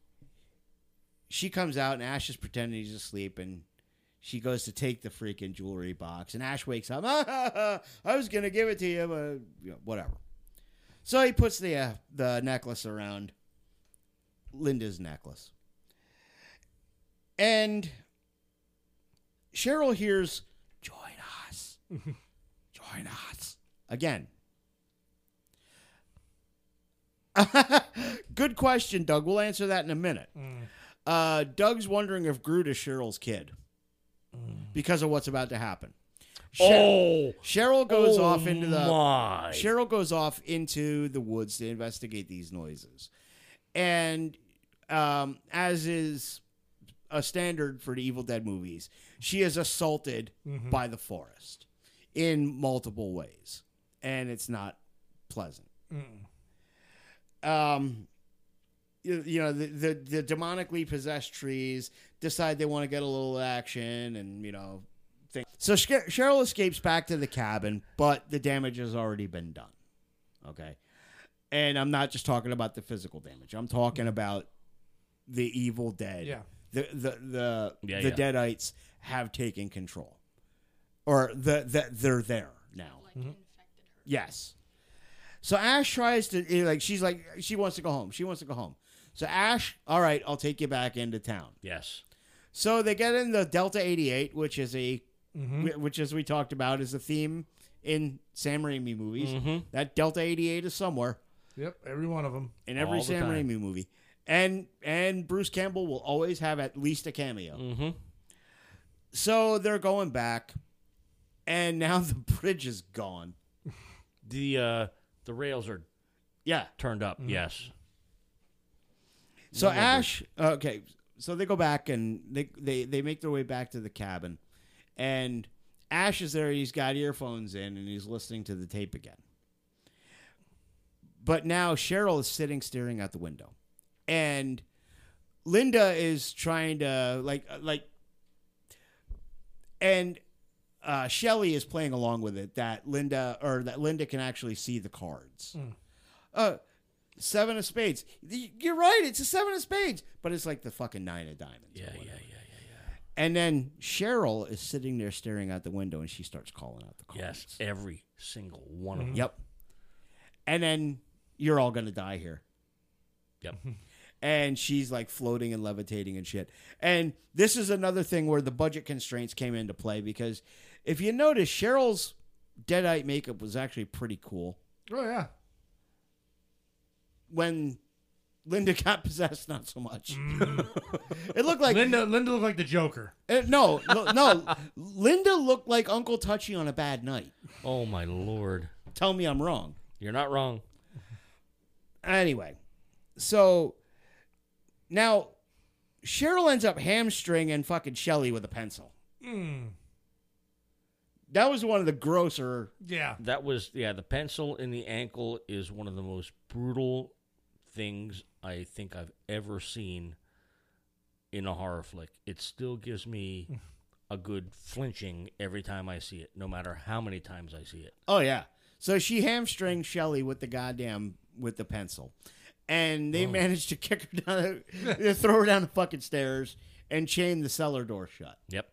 B: she comes out and ash is pretending he's asleep and she goes to take the freaking jewelry box and ash wakes up i was gonna give it to you but you know, whatever so he puts the uh, the necklace around linda's necklace and cheryl hears join us join us again good question doug we'll answer that in a minute
D: Mm.
B: uh, doug's wondering if groot is cheryl's kid because of what's about to happen Cher-
D: Mm. Oh,
B: cheryl goes off into the
D: my.
B: Cheryl goes off into the woods to investigate these noises. And um, as is a standard for the Evil Dead movies, she is assaulted by the forest in multiple ways. And it's not pleasant.
C: Mm.
B: Um, you, you know, the, the, the demonically possessed trees decide they want to get a little action and, you know, thing. So Cher- Cheryl escapes back to the cabin, but the damage has already been done. Okay. And I'm not just talking about the physical damage. I'm talking about the evil dead.
C: Yeah.
B: The the the,
D: Yeah,
B: the
D: yeah.
B: deadites have taken control. Or the, the they're there now.
E: Like
D: Mm-hmm.
E: infected her.
B: Yes. So Ash tries to eh, like she's like she wants to go home. She wants to go home. So Ash, all right, I'll take you back into town.
D: Yes.
B: So they get in the Delta 88, which is a
D: Mm-hmm.
B: whi- which as we talked about is a theme in Sam Raimi movies.
D: Mm-hmm.
B: That Delta 88 is somewhere
C: Yep, every one of them.
B: in every
D: All the
B: Sam
D: time.
B: Raimi movie. And and Bruce Campbell will always have at least a cameo.
D: Mm-hmm.
B: So they're going back and now the bridge is gone.
D: The uh, the rails are
B: Yeah.
D: turned up. Yes.
B: So Ash, okay, so they go back and they, they they make their way back to the cabin, and Ash is there. He's got earphones in and he's listening to the tape again. But now Cheryl is sitting staring out the window, and Linda is trying to like uh, like, and uh, Shelly is playing along with it that Linda or that Linda can actually see the cards.
D: Hmm.
B: Uh, seven of spades. Y- You're right. It's a seven of spades, but it's like the fucking nine of diamonds. or
D: Yeah, yeah, yeah,
B: whatever. And then Cheryl is sitting there staring out the window, and she starts calling out the
D: yeah.
B: cards.
D: Yes. Every single one of them.
B: Yep. And then you're all gonna die here.
D: Yep.
B: And she's like floating and levitating and shit. And this is another thing where the budget constraints came into play because if you notice, Cheryl's deadite makeup was actually pretty cool.
C: Oh yeah.
B: When Linda got possessed, not so much. it looked like
C: Linda Linda looked like the Joker.
B: Uh, no, no, no. Linda looked like Uncle Touchy on a bad night.
D: Oh my lord.
B: Tell me I'm wrong.
D: You're not wrong.
B: Anyway, so now Cheryl ends up hamstringing fucking Shelly with a pencil.
C: Hmm,
B: That was one of the grosser.
C: Yeah.
D: That was yeah. The pencil in the ankle is one of the most brutal things I think I've ever seen in a horror flick. It still gives me a good flinching every time I see it, no matter how many times I see it.
B: Oh yeah. So she hamstrings Shelly with the goddamn with the pencil, and they managed to kick her down, the, throw her down the fucking stairs, and chain the cellar door shut.
D: Yep.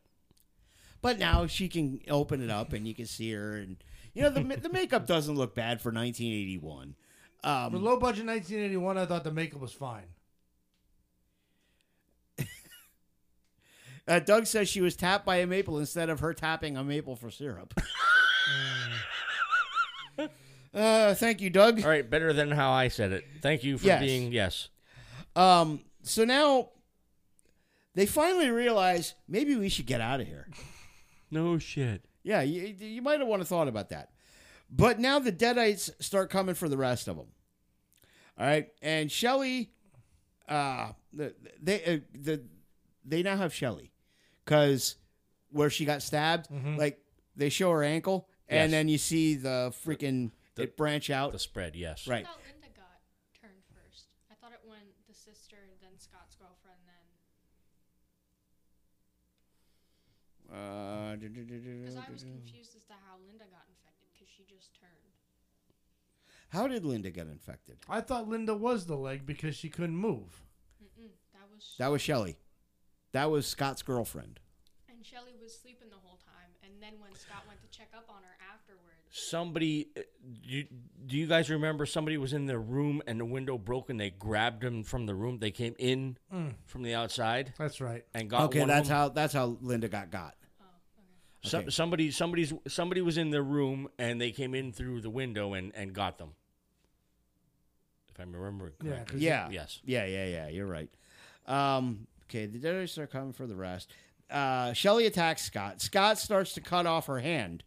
B: But now she can open it up, and you can see her, and you know the ma- the makeup doesn't look bad for 1981. Um,
C: For low budget 1981, I thought the makeup was fine.
B: Uh, Doug says she was tapped by a maple instead of her tapping a maple for syrup. uh, thank you, Doug.
D: All right, better than how I said it. Thank you for
B: Yes.
D: being yes.
B: Um, so now they finally realize maybe we should get out of here.
D: No shit.
B: Yeah, you, you might have want to thought about that. But now the Deadites start coming for the rest of them. All right, and Shelly, uh, the, they uh, the they now have Shelly because where she got stabbed, like they show her ankle,
D: Mm-hmm. Yes.
B: and then you see the freaking
D: The-
B: it branch out.
D: The spread, yes.
E: I
B: right,
E: thought Linda got turned first. I thought it went the sister, then Scott's girlfriend, then.
B: uh,
E: Because I was
B: mm.
E: confused as to how Linda got infected because she just turned.
B: how did Linda get infected?
C: I thought Linda was the leg because she couldn't move.
E: Mm-mm, that was.
B: That was Shelly. That was Scott's girlfriend.
E: and Shelly was sleeping the whole time. And then when Scott went to check up on her afterwards,
D: Somebody, uh, do, do you guys remember somebody was in their room and the window broke and they grabbed him from the room? They came in from the outside
C: Hmm, That's right.
D: and got
B: okay,
D: one
B: that's
D: of them.
B: how that's how Linda got got.
E: oh,
D: So-
B: okay.
D: somebody, somebody's, somebody was in their room and they came in through the window and, and got them. If I'm remembering
C: Yeah.
D: correctly.
C: 'cause
B: Yeah.
D: Yes.
B: Yeah, yeah, yeah. You're right. Um, okay, the Deadites are coming for the rest. Uh, Shelly attacks Scott. Scott starts to cut off her hand,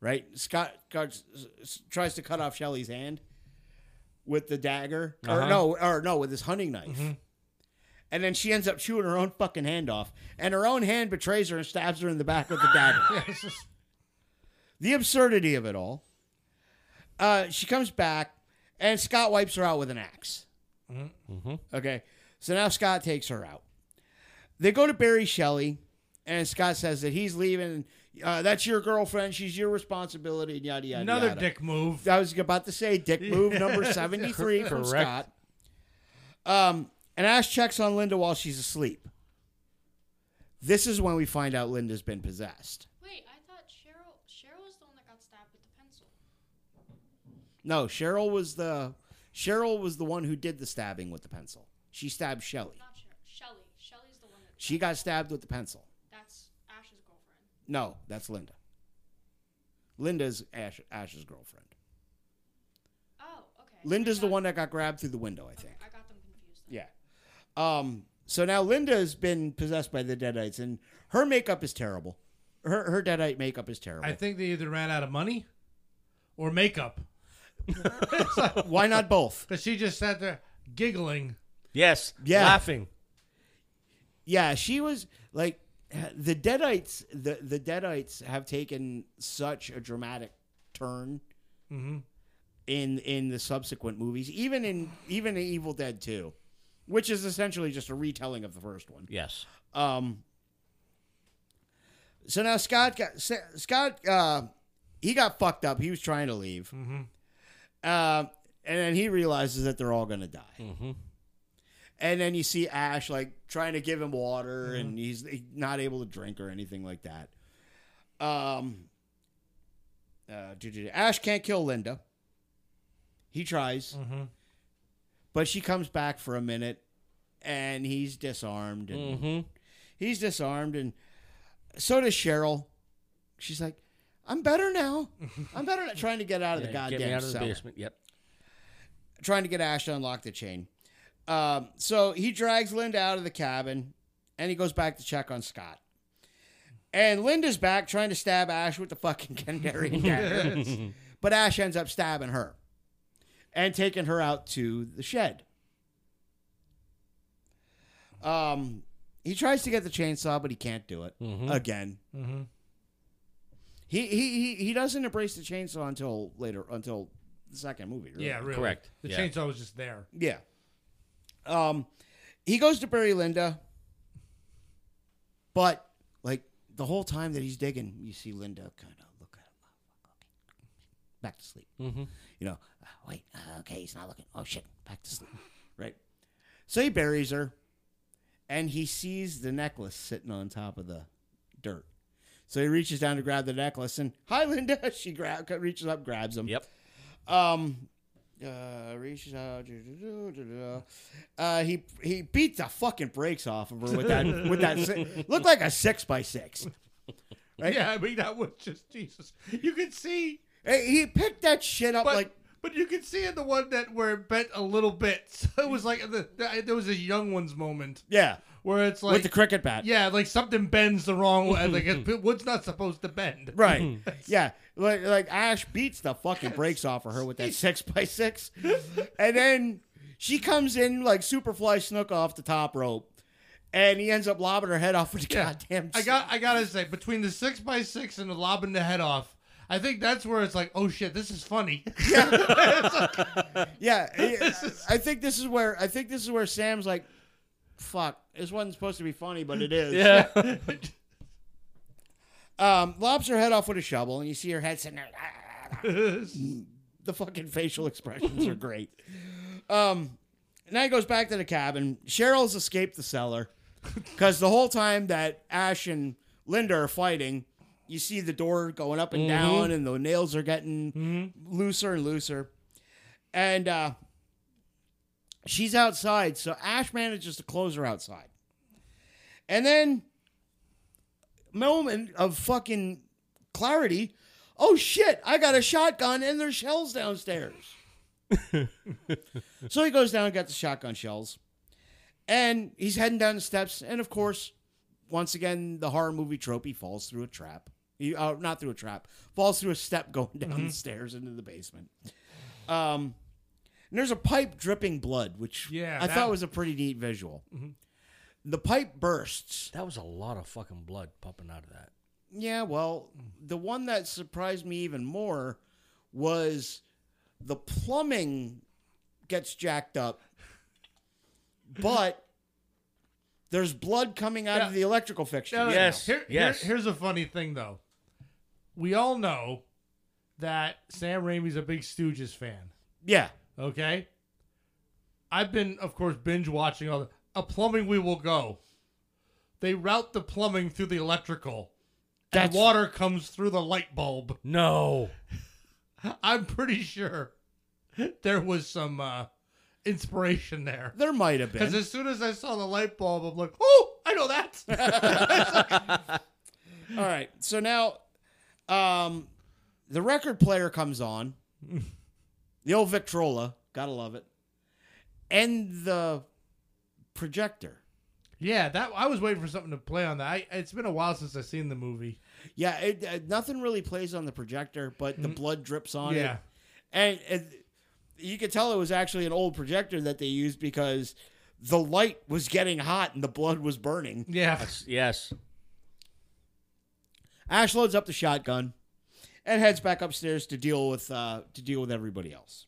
B: right? Scott cuts, s- tries to cut off Shelly's hand with the dagger. Or
D: Uh-huh.
B: no, or no, with his hunting knife. And then she ends up chewing her own fucking hand off. And her own hand betrays her and stabs her in the back with the dagger.
C: Yeah, it's just-
B: the absurdity of it all. Uh, she comes back, and Scott wipes her out with an ax Okay, so now Scott takes her out. They go to bury Shelley, and Scott says that he's leaving. Uh, that's your girlfriend. She's your responsibility. And yada yada.
C: another
B: yada.
C: dick move.
B: I was about to say dick move number seventy three from Scott. Um, and Ash checks on Linda while she's asleep. This is when we find out Linda's been possessed.
E: wait, I thought Cheryl. Cheryl was the one that got stabbed with the pencil.
B: No, Cheryl was the Cheryl was the one who did the stabbing with the pencil. She stabbed Shelly.
E: Not Cheryl. Shelly. Shelly's the one that.
B: She got stabbed with the pencil.
E: That's Ash's girlfriend.
B: No, that's Linda. Linda's Ash, Ash's girlfriend.
E: Oh, okay.
B: Linda's
E: I
B: the
E: got-
B: one that got grabbed through the window, I
E: Okay,
B: think.
E: I got them confused. Then.
B: Yeah. Um, so now Linda's been possessed by the Deadites, and her makeup is terrible. Her her Deadite makeup is terrible.
C: I think they either ran out of money or makeup. It's like-
B: Why not both?
C: But she just sat there giggling.
D: Yes.
B: Yeah.
D: Laughing.
B: Yeah, she was like the Deadites. The the Deadites have taken such a dramatic turn in in the subsequent movies, even in even in Evil Dead Two, which is essentially just a retelling of the first one.
D: Yes.
B: Um. So now Scott got Sa- Scott. Uh, he got fucked up. He was trying to leave. Mm-hmm. Uh, and then he realizes that they're all going to die. Mm-hmm. And then you see Ash like trying to give him water,
D: Mm-hmm.
B: and he's not able to drink or anything like that. Um. Uh, doo- doo- doo. Ash can't kill Linda. He tries,
D: Mm-hmm.
B: but she comes back for a minute, and he's disarmed. And
D: hmm
B: he's disarmed and so does cheryl she's like i'm better now i'm better at trying to get out of the
D: Yeah,
B: goddamn
D: get me out of the
B: cellar.
D: basement. Yep.
B: trying to get ash to unlock the chain um, so he drags linda out of the cabin and he goes back to check on scott and linda's back trying to stab ash with the fucking canary dagger but ash ends up stabbing her and taking her out to the shed um, he tries to get the chainsaw but he can't do it again
C: Mm-hmm.
B: He, he he he doesn't embrace the chainsaw until later, until the second movie. Really.
C: Yeah, really.
D: Correct.
C: The
D: Yeah.
C: chainsaw was just there.
B: yeah. Um, he goes to bury Linda, But like the whole time that he's digging, you see Linda kind of look at him, back to sleep. Mm-hmm. You know, "Uh, wait, uh, okay, he's not looking. Oh shit, back to sleep. right. So he buries her, and he sees the necklace sitting on top of the dirt. So he reaches down to grab the necklace, and hi, Linda. She grab, reaches up, grabs him.
D: Yep.
B: Um, uh, reaches out. doo, doo, doo, doo, doo. Uh, he he beat the fucking brakes off of her with that with that si- looked like a six by six.
C: Yeah, I mean that was just Jesus. You could see,
B: Hey, He picked that shit up
C: but
B: like
C: but you could see in the one that where it bent a little bit. So it was like the, the, there was a young ones moment
B: yeah
C: where it's like
B: with the cricket bat.
C: yeah, like something bends the wrong way. Like it, wood's not supposed to bend.
B: Right. yeah. Like, like Ash beats the fucking brakes off of her with that six by six. And then she comes in like superfly snook off the top rope. And he ends up lobbing her head off with the
C: Yeah.
B: goddamn
C: I got I gotta say between the six by six and the lobbing the head off. I think that's where it's like, oh shit, this is funny.
B: Yeah, I I think this is where I think this is where Sam's like, "Fuck, this wasn't supposed to be funny, but it is."
D: Yeah.
B: Um, lobs her head off with a shovel, and you see her head sitting there. the fucking facial expressions are great. Um, and then he goes back to the cabin. Cheryl's escaped the cellar because the whole time that Ash and Linda are fighting, you see the door going up and down, and the nails are getting looser and looser. And uh, she's outside, so Ash manages to close her outside. And then moment of fucking clarity. Oh shit, I got a shotgun and there's shells downstairs. so he goes down and gets the shotgun shells. And he's heading down the steps. And of course, once again, the horror movie trope, he falls through a trap. He, uh, not through a trap, falls through a step going
C: Mm-hmm.
B: down the stairs into the basement. Um, and there's a pipe dripping blood, which
C: Yeah,
B: I
C: that- Mm-hmm.
B: thought was a pretty neat visual. The pipe bursts.
D: That was a lot of fucking blood pumping out of that.
B: Yeah, well, the one that surprised me even more was the plumbing gets jacked up, but there's blood coming out of
C: Yeah.
B: the electrical fixture.
C: No, no, no.
D: Yes,
C: Here- here-
D: yes.
C: here's a funny thing, though. We all know that Sam Raimi's a big Stooges fan.
B: Yeah.
C: Okay. I've been, of course, binge watching all the. A plumbing we will go. They route the plumbing through the electrical.
B: That's-
C: and water comes through the light bulb.
D: No.
C: I'm pretty sure there was some uh, inspiration there.
B: There might have
C: Because
B: been.
C: as soon as I saw the light bulb, I'm like, oh, I know that.
B: All right. So now um, the record player comes on. the old Victrola. Gotta love it. And the projector.
C: yeah, that I was waiting for something to play on that. I, it's been a while since I've seen the movie.
B: Yeah, it, uh, nothing really plays on the projector, but the blood drips on
C: Yeah.
B: it. And, and you could tell it was actually an old projector that they used because the light was getting hot and the blood was burning.
C: Yeah.
D: Yes.
B: Ash loads up the shotgun and heads back upstairs to deal with uh, to deal with everybody else.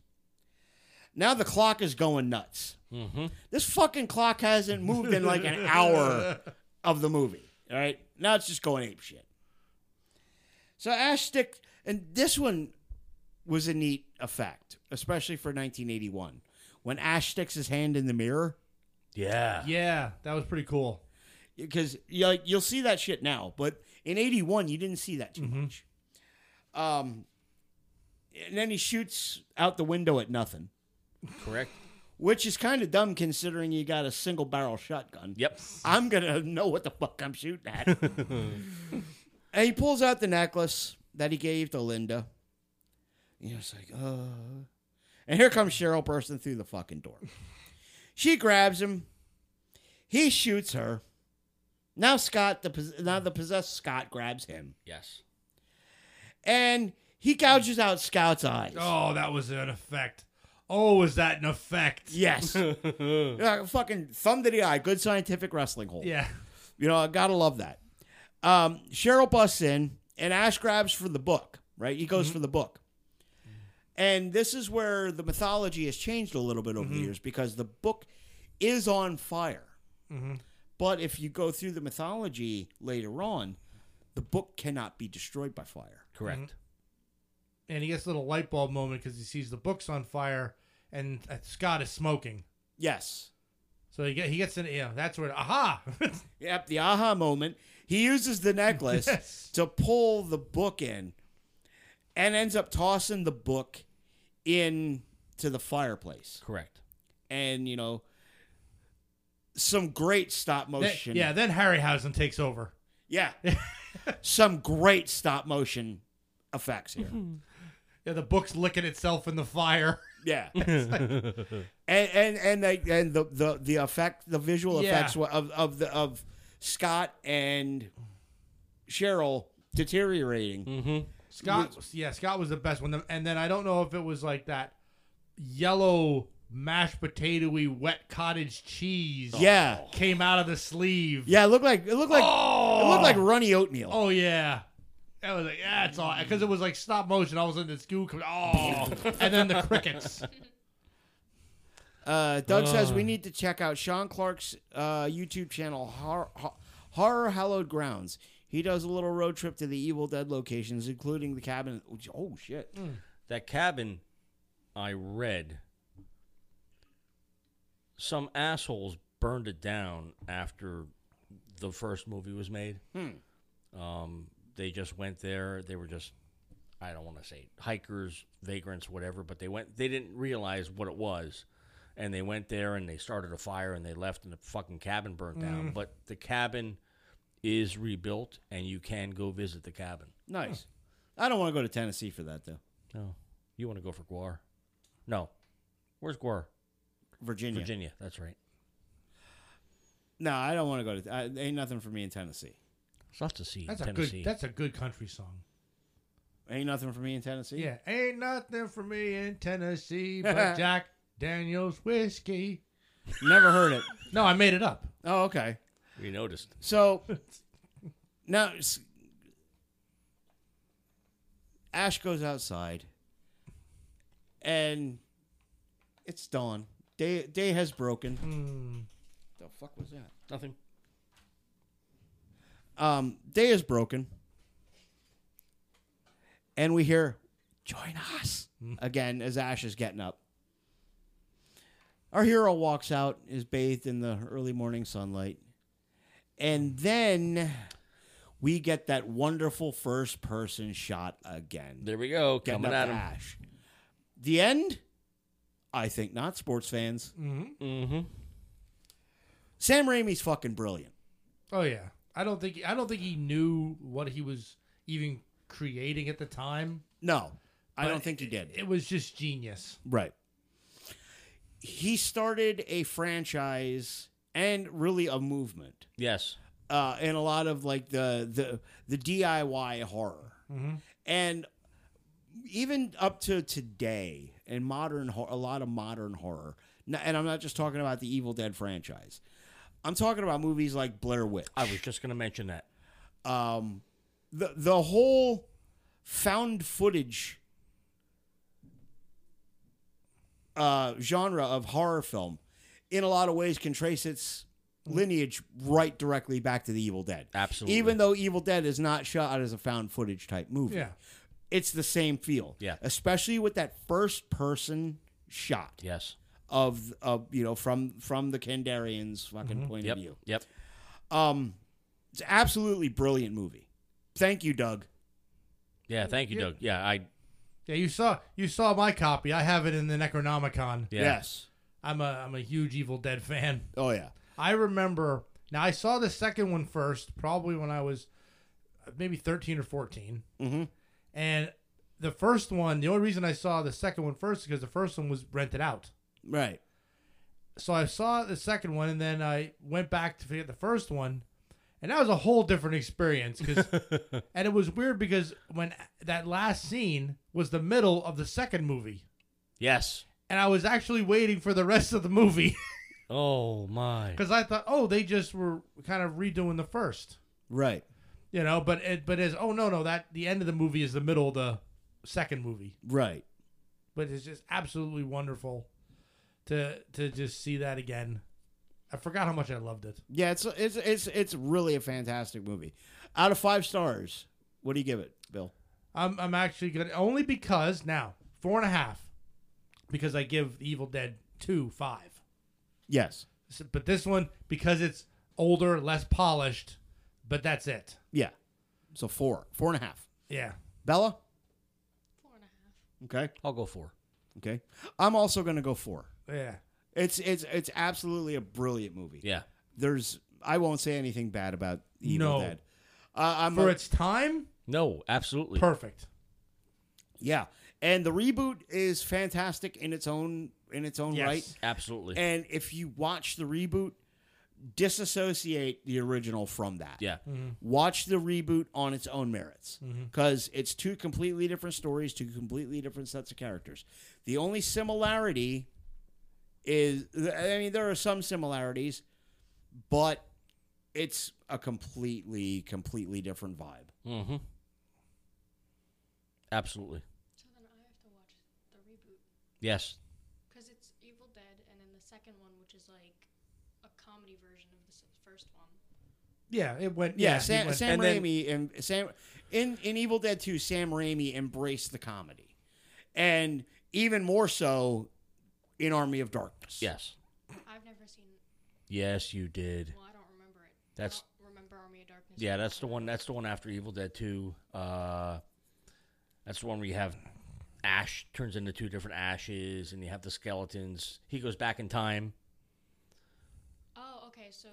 B: Now the clock is going nuts. This fucking clock hasn't moved in like an hour of the movie. All right, now it's just going ape shit. So Ash stick, and this one was a neat effect, especially for 1981, when Ash sticks his hand in the mirror
D: Yeah.
C: Yeah, that was pretty cool.
B: because like you'll see that shit now, but in '81 you didn't see that too much. Um, and then he shoots out the window at nothing,
D: Correct.
B: which is kind of dumb considering you got a single barrel shotgun.
D: Yep.
B: I'm gonna know what the fuck I'm shooting at. and he pulls out the necklace that he gave to Linda. You know, it's like, uh. And here comes Cheryl bursting through the fucking door. She grabs him. He shoots her. Now Scott, the pos- now the possessed Scott grabs him,
D: Yes.
B: and he gouges out Scout's eyes.
C: Oh, that was an effect. Oh, was that an effect?
B: Yes, Yeah, fucking thumb to the eye. Good scientific wrestling hold.
C: Yeah.
B: You know, I gotta love that. Um, Cheryl busts in, and Ash grabs for the book. Right, he goes for the book, and this is where the mythology has changed a little bit over the years because the book is on fire, But if you go through the mythology later on, the book cannot be destroyed by fire.
D: Correct.
C: Mm-hmm.
B: Mm-hmm.
C: and he gets a little light bulb moment because he sees the books on fire and uh, Scott is smoking.
B: Yes.
C: So he, get, he gets in. Yeah, that's where. Aha!
B: Yep, the aha moment. He uses the necklace
C: Yes.
B: to pull the book in and ends up tossing the book in to the fireplace.
D: Correct.
B: And, you know, some great stop
C: Then-
B: motion.
C: yeah, then Harryhausen takes over.
B: Yeah. some great stop motion effects here.
C: Yeah, the book's licking itself in the fire.
B: Yeah. and and and they, and the, the the effect the visual
C: Yeah.
B: effects were- of of the of Scott and Cheryl deteriorating.
C: Mm-hmm. Scott, yeah, Scott was the best one. And then I don't know if it was like that yellow mashed potatoy wet cottage cheese.
B: Yeah.
C: came out of the sleeve.
B: Yeah, it looked like it looked like
C: Oh,
B: it looked like runny oatmeal.
C: Oh yeah. That was like yeah, it's all because it was like stop motion. All of a sudden, the goo comes. Oh, and then the crickets.
B: Uh, Doug says we need to check out Sean Clark's uh, YouTube channel, Hor- Ho- Horror Hallowed Grounds. He does a little road trip to the Evil Dead locations, including the cabin. Oh shit!
D: That cabin, I read. Some assholes burned it down after the first movie was made. Um, they just went there. They were just, I don't want to say hikers, vagrants, whatever, but they went. They didn't realize what it was, and they went there and they started a fire and they left and the fucking cabin burnt down. But the cabin is rebuilt and you can go visit the cabin.
B: Nice. I don't want to go to Tennessee for that though.
D: No. You want to go for Guar? No. Where's Guar?
B: Virginia.
D: Virginia. That's right.
B: No, I don't want to go to. I, ain't nothing for me in Tennessee.
D: It's lots to see. in
C: That's a
D: Tennessee.
C: good. That's a good country song.
B: Ain't nothing for me in Tennessee.
C: Yeah, ain't nothing for me in Tennessee but Jack Daniel's whiskey.
B: Never heard it.
C: No, I made it up.
B: Oh, okay.
D: we noticed.
B: So now s- Ash goes outside, and it's dawn. Day day has broken. The fuck was that?
D: Nothing.
B: Um, day is broken, and we hear "Join us" again as Ash is getting up. Our hero walks out, is bathed in the early morning sunlight, and then we get that wonderful first person shot again.
D: There we go.
B: Getting
D: Coming
B: up
D: at
B: to
D: him.
B: Ash. The end? I think not, sports fans.
D: Mm-hmm.
B: Sam Raimi's fucking brilliant.
C: Oh yeah, I don't think I don't think he knew what he was even creating at the time.
B: No, I
C: but
B: don't think he did.
C: It was just genius.
B: Right. He started a franchise and really a movement
D: Yes.
B: uh, in a lot of like the the the DIY horror,
D: Mm-hmm.
B: and even up to today in modern hor- a lot of modern horror. n- And I'm not just talking about the Evil Dead franchise. I'm talking about movies like Blair Witch.
D: I was just going to mention that.
B: um, the the whole found footage uh, genre of horror film, in a lot of ways, can trace its lineage right directly back to the Evil Dead.
D: Absolutely.
B: Even though Evil Dead is not shot as a found footage type movie,
C: Yeah.
B: it's the same feel.
D: Yeah.
B: especially with that first person shot
D: Yes.
B: of of you know from from the Kandarian's fucking point
D: Mm-hmm. Yep.
B: of view.
D: Yep.
B: Um, it's an absolutely brilliant movie. Thank you, Doug.
D: Yeah. Thank you, Doug. Yeah. I.
C: Yeah, you saw you saw my copy. I have it in the Necronomicon.
D: Yeah.
B: Yes.
C: I'm a I'm a huge Evil Dead fan.
B: Oh yeah.
C: I remember now I saw the second one first, probably when I was uh, maybe 13 or 14. Mm-hmm. And the first one, the only reason I saw the second one first is because the first one was rented out.
B: Right.
C: So I saw the second one and then I went back to forget the first one. And that was a whole different experience. 'cause- and it was weird because when that last scene was the middle of the second movie.
D: Yes.
C: And I was actually waiting for the rest of the movie
D: Oh my.
C: because I thought, oh, they just were kind of redoing the first.
B: Right.
C: you know but it but it's oh no no that the end of the movie is the middle of the second movie
B: Right.
C: but it's just absolutely wonderful to to just see that again I forgot how much I loved it.
B: Yeah, it's it's it's it's really a fantastic movie. Out of five stars, what do you give it, Bill?
C: I'm I'm actually gonna only because now four and a half because I give Evil Dead two five.
B: Yes.
C: S- But this one because it's older, less polished. But that's it.
B: Yeah. So four, four and a half.
C: Yeah.
B: Bella.
E: Four and a half.
B: Okay.
D: I'll go four.
B: Okay. I'm also gonna go four.
C: Yeah.
B: It's it's it's absolutely a brilliant movie.
D: Yeah.
B: There's I won't say anything bad about Evil
C: No.
B: Dead. Uh, I'm
C: For
B: a-
C: its time,
D: No, absolutely.
C: perfect.
B: yeah, and the reboot is fantastic in its own in its own
C: Yes.
B: right.
D: Absolutely.
B: And if you watch the reboot, disassociate the original from that.
D: yeah.
B: Watch the reboot on its own merits because it's two completely different stories, two completely different sets of characters. The only similarity is, I mean, there are some similarities, but it's a completely, completely different vibe.
D: Mm-hmm. Absolutely.
E: So then I have to watch the reboot
D: Yes.
E: because it's Evil Dead, and then the second one, which is like a comedy version of the s- first one.
C: Yeah. It went.
B: Yeah,
C: Yeah. it
B: Sam,
C: went-
B: Sam
D: and then-
B: Raimi and Sam in in Evil Dead 2, Sam Raimi embraced the comedy, and even more so in Army of Darkness.
D: Yes.
E: I've never seen.
D: Yes, you did.
E: Well, I don't remember it.
D: That's-
E: I don't remember Army of Darkness.
D: Yeah, that's the one. That's the one after Evil Dead Two. Uh, that's the one where you have Ash turns into two different Ashes, and you have the skeletons. He goes back in time.
E: Oh, okay. So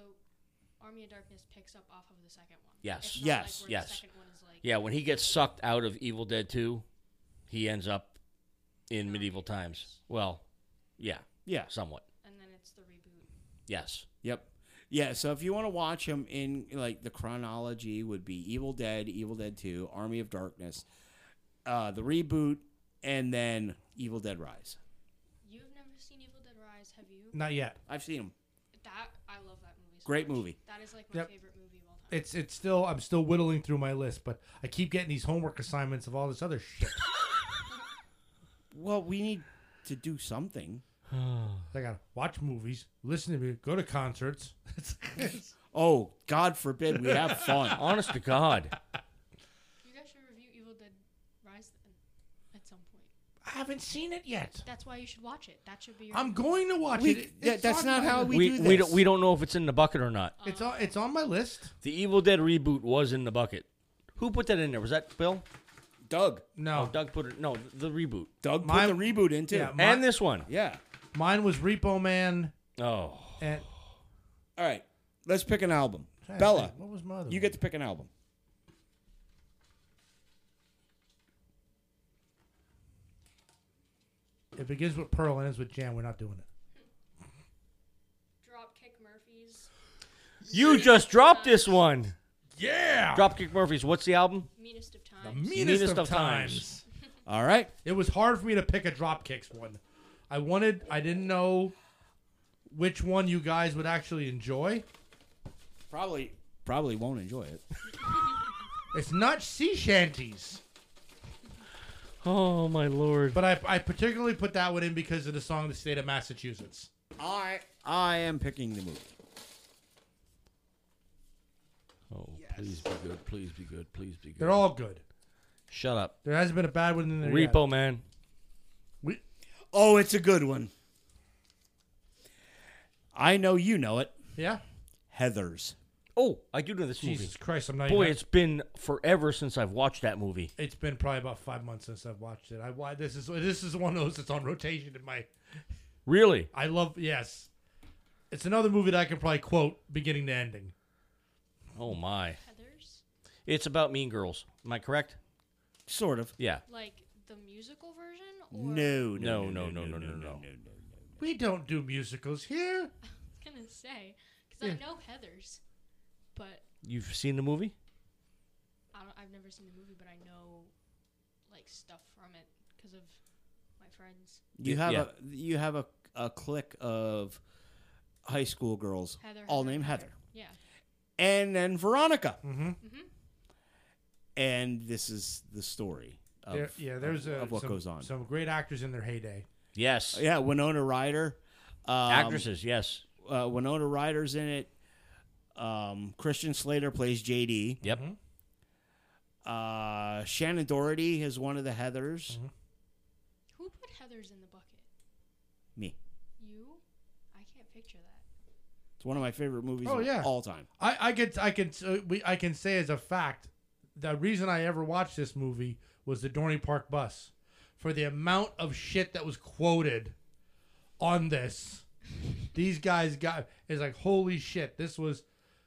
E: Army of Darkness picks up off of the second one.
D: Yes.
E: It's not
B: Yes,
E: Like where
D: yes.
E: The second one is like.
D: Yeah, when he gets sucked out of Evil Dead Two, he ends up in medieval times. Well, yeah,
B: Yeah.
D: somewhat.
E: And then it's the reboot.
D: Yes.
B: Yep. Yeah, so if you want to watch them in like the chronology would be Evil Dead, Evil Dead 2, Army of Darkness, uh the reboot and then Evil Dead Rise.
E: You've never seen Evil Dead Rise, have you?
C: Not yet.
B: I've seen them.
E: That I love that movie. So
B: Great
E: much.
B: movie.
E: That is like my
C: Yep.
E: favorite movie of all time.
C: It's it's still I'm still whittling through my list, but I keep getting these homework assignments of all this other shit.
B: Well, we need to do something.
C: I gotta watch movies, listen to music, go to concerts.
B: Oh, god forbid we have fun.
D: Honest to God,
E: You guys should review Evil Dead Rise then, at some point.
C: I haven't seen it yet.
E: That's why you should watch it. That should be your.
C: I'm going to watch
B: We-
C: it.
B: yeah,
C: It's
B: that's
C: on
B: not
C: my
B: how
C: list.
B: We
D: we
B: do
D: we
B: this.
D: don't we don't know if it's in the bucket or not.
C: It's on it's on my list.
D: The Evil Dead reboot was in the bucket. Who put that in there? Was that Bill?
B: Doug.
C: No,
D: Oh, Doug put it. No, the reboot
B: Doug put
C: My-
B: the reboot in too.
C: Yeah,
B: Yeah.
C: my-
D: and this one.
C: mine was Repo Man
D: Oh,
C: and
B: All right. Let's pick an album. Bella,
C: What was my other?
B: you
C: one?
B: get to pick an album.
C: It begins with Pearl and ends with Jam. We're not doing it.
E: Dropkick Murphys,
D: you just dropped this one.
C: Yeah,
D: Dropkick Murphys. What's the album?
E: Meanest of Times.
C: the meanest,
D: Meanest
C: of,
D: of
C: times.
D: times.
B: All right.
C: It was hard for me to pick a Dropkicks one. I wanted. I didn't know which one you guys would actually enjoy.
B: Probably probably won't enjoy it.
C: It's not sea shanties.
D: Oh my lord.
C: But I, I particularly put that one in because of the song "The State of Massachusetts."
B: I I am picking the movie.
D: Oh, please be good. Please be good. Please be good.
C: They're all good.
D: Shut up.
C: There hasn't been a bad one in there. yet.
D: Repo man.
C: We-
B: Oh, it's a good one. I know you know it.
C: yeah.
B: Heathers.
D: Oh, I do know this
C: Jesus Christ, I'm not.
D: movie. Boy,
C: even,
D: it's been forever since I've watched that movie.
C: it's been probably about five months since I've watched it. I why this is this is one of those that's on rotation in my.
D: Really?
C: I love yes. It's another movie that I can probably quote beginning to ending.
D: Oh my.
E: Heathers,
D: It's about Mean Girls. Am I correct?
B: Sort of.
D: Yeah.
E: like the musical version, or
B: No,
D: No, no, no, no, no, no.
C: We don't do musicals here.
E: I was gonna say because
C: Yeah.
E: I know Heathers, but
D: You've seen the movie?
E: I don't, I've never seen the movie, but I know like stuff from it because of my friends.
B: You
D: Y-
B: have
D: yeah.
B: a you have a, a clique of high school girls
E: Heather,
B: all
E: Heather,
B: named Heather.
E: Yeah.
B: And then Veronica.
C: Mm-hmm.
E: Mhm.
B: And this is the story of,
C: There, yeah, there's
B: of,
C: a,
B: of what
C: some,
B: goes on.
C: Some great actors in their heyday.
D: Yes.
B: Yeah, Winona Ryder. Um,
D: Actresses, yes.
B: uh, Winona Ryder's in it. Um, Christian Slater plays JD.
D: Yep.
B: Uh, Shannon Doherty is one of the Heathers.
E: Who put Heather's in the bucket?
B: Me.
E: You? I can't picture that.
B: It's one of my favorite movies
C: Oh,
B: of
C: yeah.
B: all time.
C: I, I could I can uh, we I can say as a fact the reason I ever watched this movie was the Dorney Park bus for the amount of shit that was quoted on this. These guys got is like holy shit. This was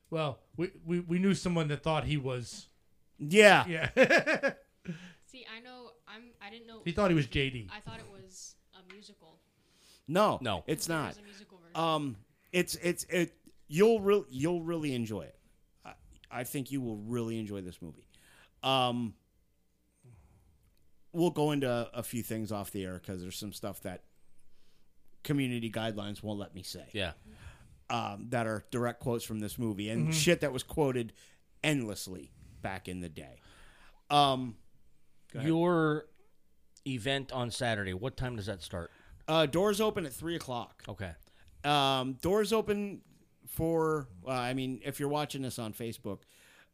C: well we, we, we knew someone that thought he was
B: Yeah.
C: yeah
E: See, I know. I'm. I didn't know.
C: he thought he was JD.
E: I thought it was a musical.
B: No.
D: No.
B: It's not.
E: There's a musical version.
B: Um, it's it's it. You'll real you'll really enjoy it. I, I think you will really enjoy this movie. Um, we'll go into a few things off the air because there's some stuff that community guidelines won't let me say.
D: Yeah.
B: Um, that are direct quotes from this movie and shit that was quoted endlessly back in the day. Um,
D: Your event on Saturday. What time does that start?
B: uh, doors open at three o'clock.
D: Okay.
B: Um, doors open for. Uh, I mean, if you're watching this on Facebook,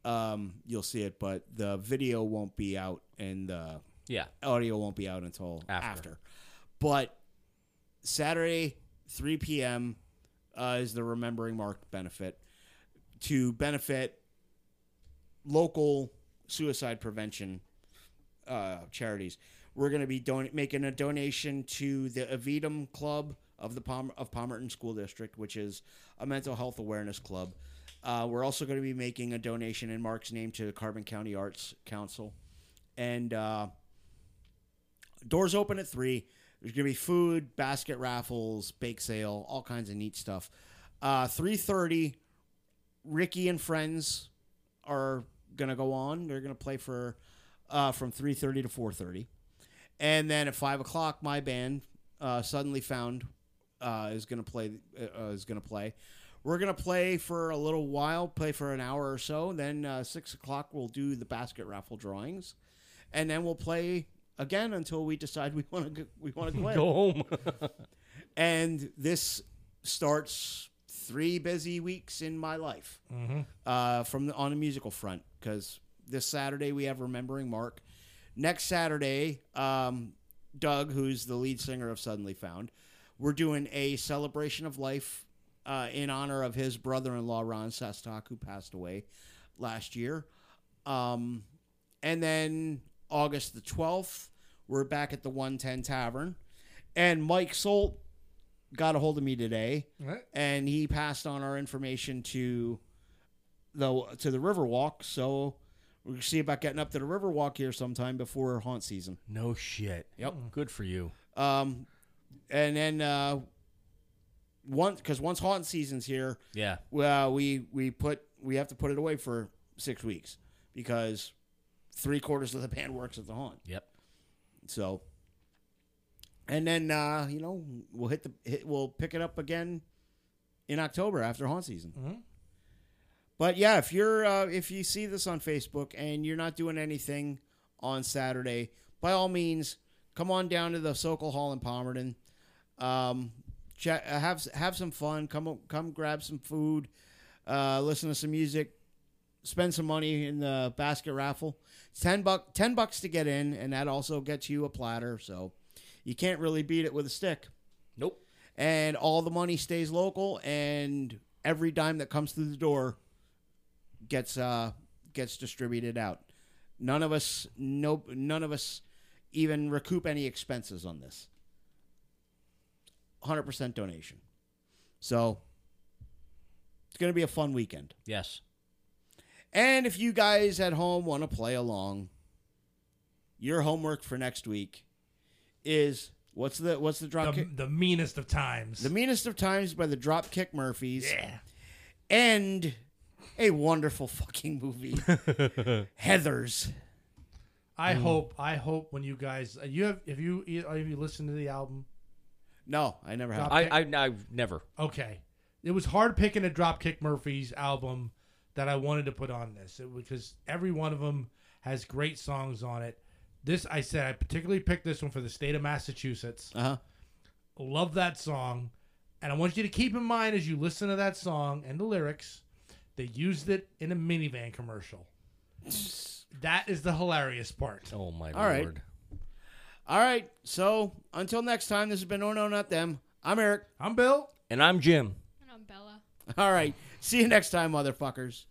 B: um, you'll see it, but the video won't be out and the
D: Yeah.
B: audio won't be out until after.
D: After.
B: But Saturday, 3 p.m. Uh, is the Remembering Mark benefit to benefit local suicide prevention uh, charities. We're going to be don- making a donation to the Avidum Club of the Palm- of Palmerton School District, which is a mental health awareness club. Uh, we're also going to be making a donation in Mark's name to Carbon County Arts Council, and uh, doors open at three. There's gonna be food, basket raffles, bake sale, all kinds of neat stuff. Uh, three thirty, Ricky and friends are gonna go on. They're gonna play for uh, from three thirty to four thirty, and then at five o'clock, my band uh, suddenly found uh, is gonna play uh, is gonna play. We're gonna play for a little while, play for an hour or so. Then uh, six o'clock, we'll do the basket raffle drawings and then we'll play again until we decide we want to we want to quit.
D: Go home.
B: And this starts three busy weeks in my life uh, from the, on the musical front because this Saturday we have Remembering Mark. Next Saturday, um, Doug, who's the lead singer of Suddenly Found, we're doing a celebration of life uh, in honor of his brother-in-law Ron Sestak, who passed away last year. Um, and then August the 12th, we're back at the 110 Tavern. And Mike Solt got a hold of me today,
C: Right.
B: and he passed on our information to the to the Riverwalk. So we're gonna see about getting up to the Riverwalk here sometime before haunt season.
D: no shit. Yep. Good for you.
B: Um, and then uh, once because once haunt season's here,
D: Yeah.
B: well, we we put we have to put it away for six weeks because three quarters of the band works at the haunt.
D: Yep.
B: So, and then uh, you know we'll hit the hit, we'll pick it up again in October after haunt season. But yeah, if you're uh, if you see this on Facebook and you're not doing anything on Saturday, by all means, come on down to the Sokol Hall in Palmerton. Um, chat, uh, have have some fun. Come come grab some food, uh, listen to some music, spend some money in the basket raffle. It's ten buck ten bucks to get in, and that also gets you a platter. So you can't really beat it with a stick.
D: Nope.
B: And all the money stays local, and every dime that comes through the door gets uh gets distributed out. None of us no none of us even recoup any expenses on this. 100% donation. So it's going to be a fun weekend.
D: Yes.
B: And if you guys at home want to play along, your homework for next week is what's the what's the drop
C: The,
B: kick?
C: the meanest of times.
B: The meanest of times by the Dropkick Murphys
C: yeah.
B: and a wonderful fucking movie, Heather's.
C: I
B: Mm.
C: hope I hope when you guys uh, you have if you have you listened to the album
B: No, I never have.
C: Drop-
D: I, I I've never.
C: okay. It was hard picking a Dropkick Murphys album that I wanted to put on this it, because every one of them has great songs on it. This I
B: Uh-huh.
C: said I particularly picked this one for the state of Massachusetts.
B: Uh huh.
C: Love that song. And I want you to keep in mind as you listen to that song and the lyrics, they used it in a minivan commercial. That is the hilarious part.
D: Oh my
B: All right.
D: lord.
B: All right. So until next time, this has been Oh No Not Them. I'm Eric.
C: I'm Bill.
D: And I'm Jim.
E: And I'm Bella.
B: All right. See you next time, motherfuckers.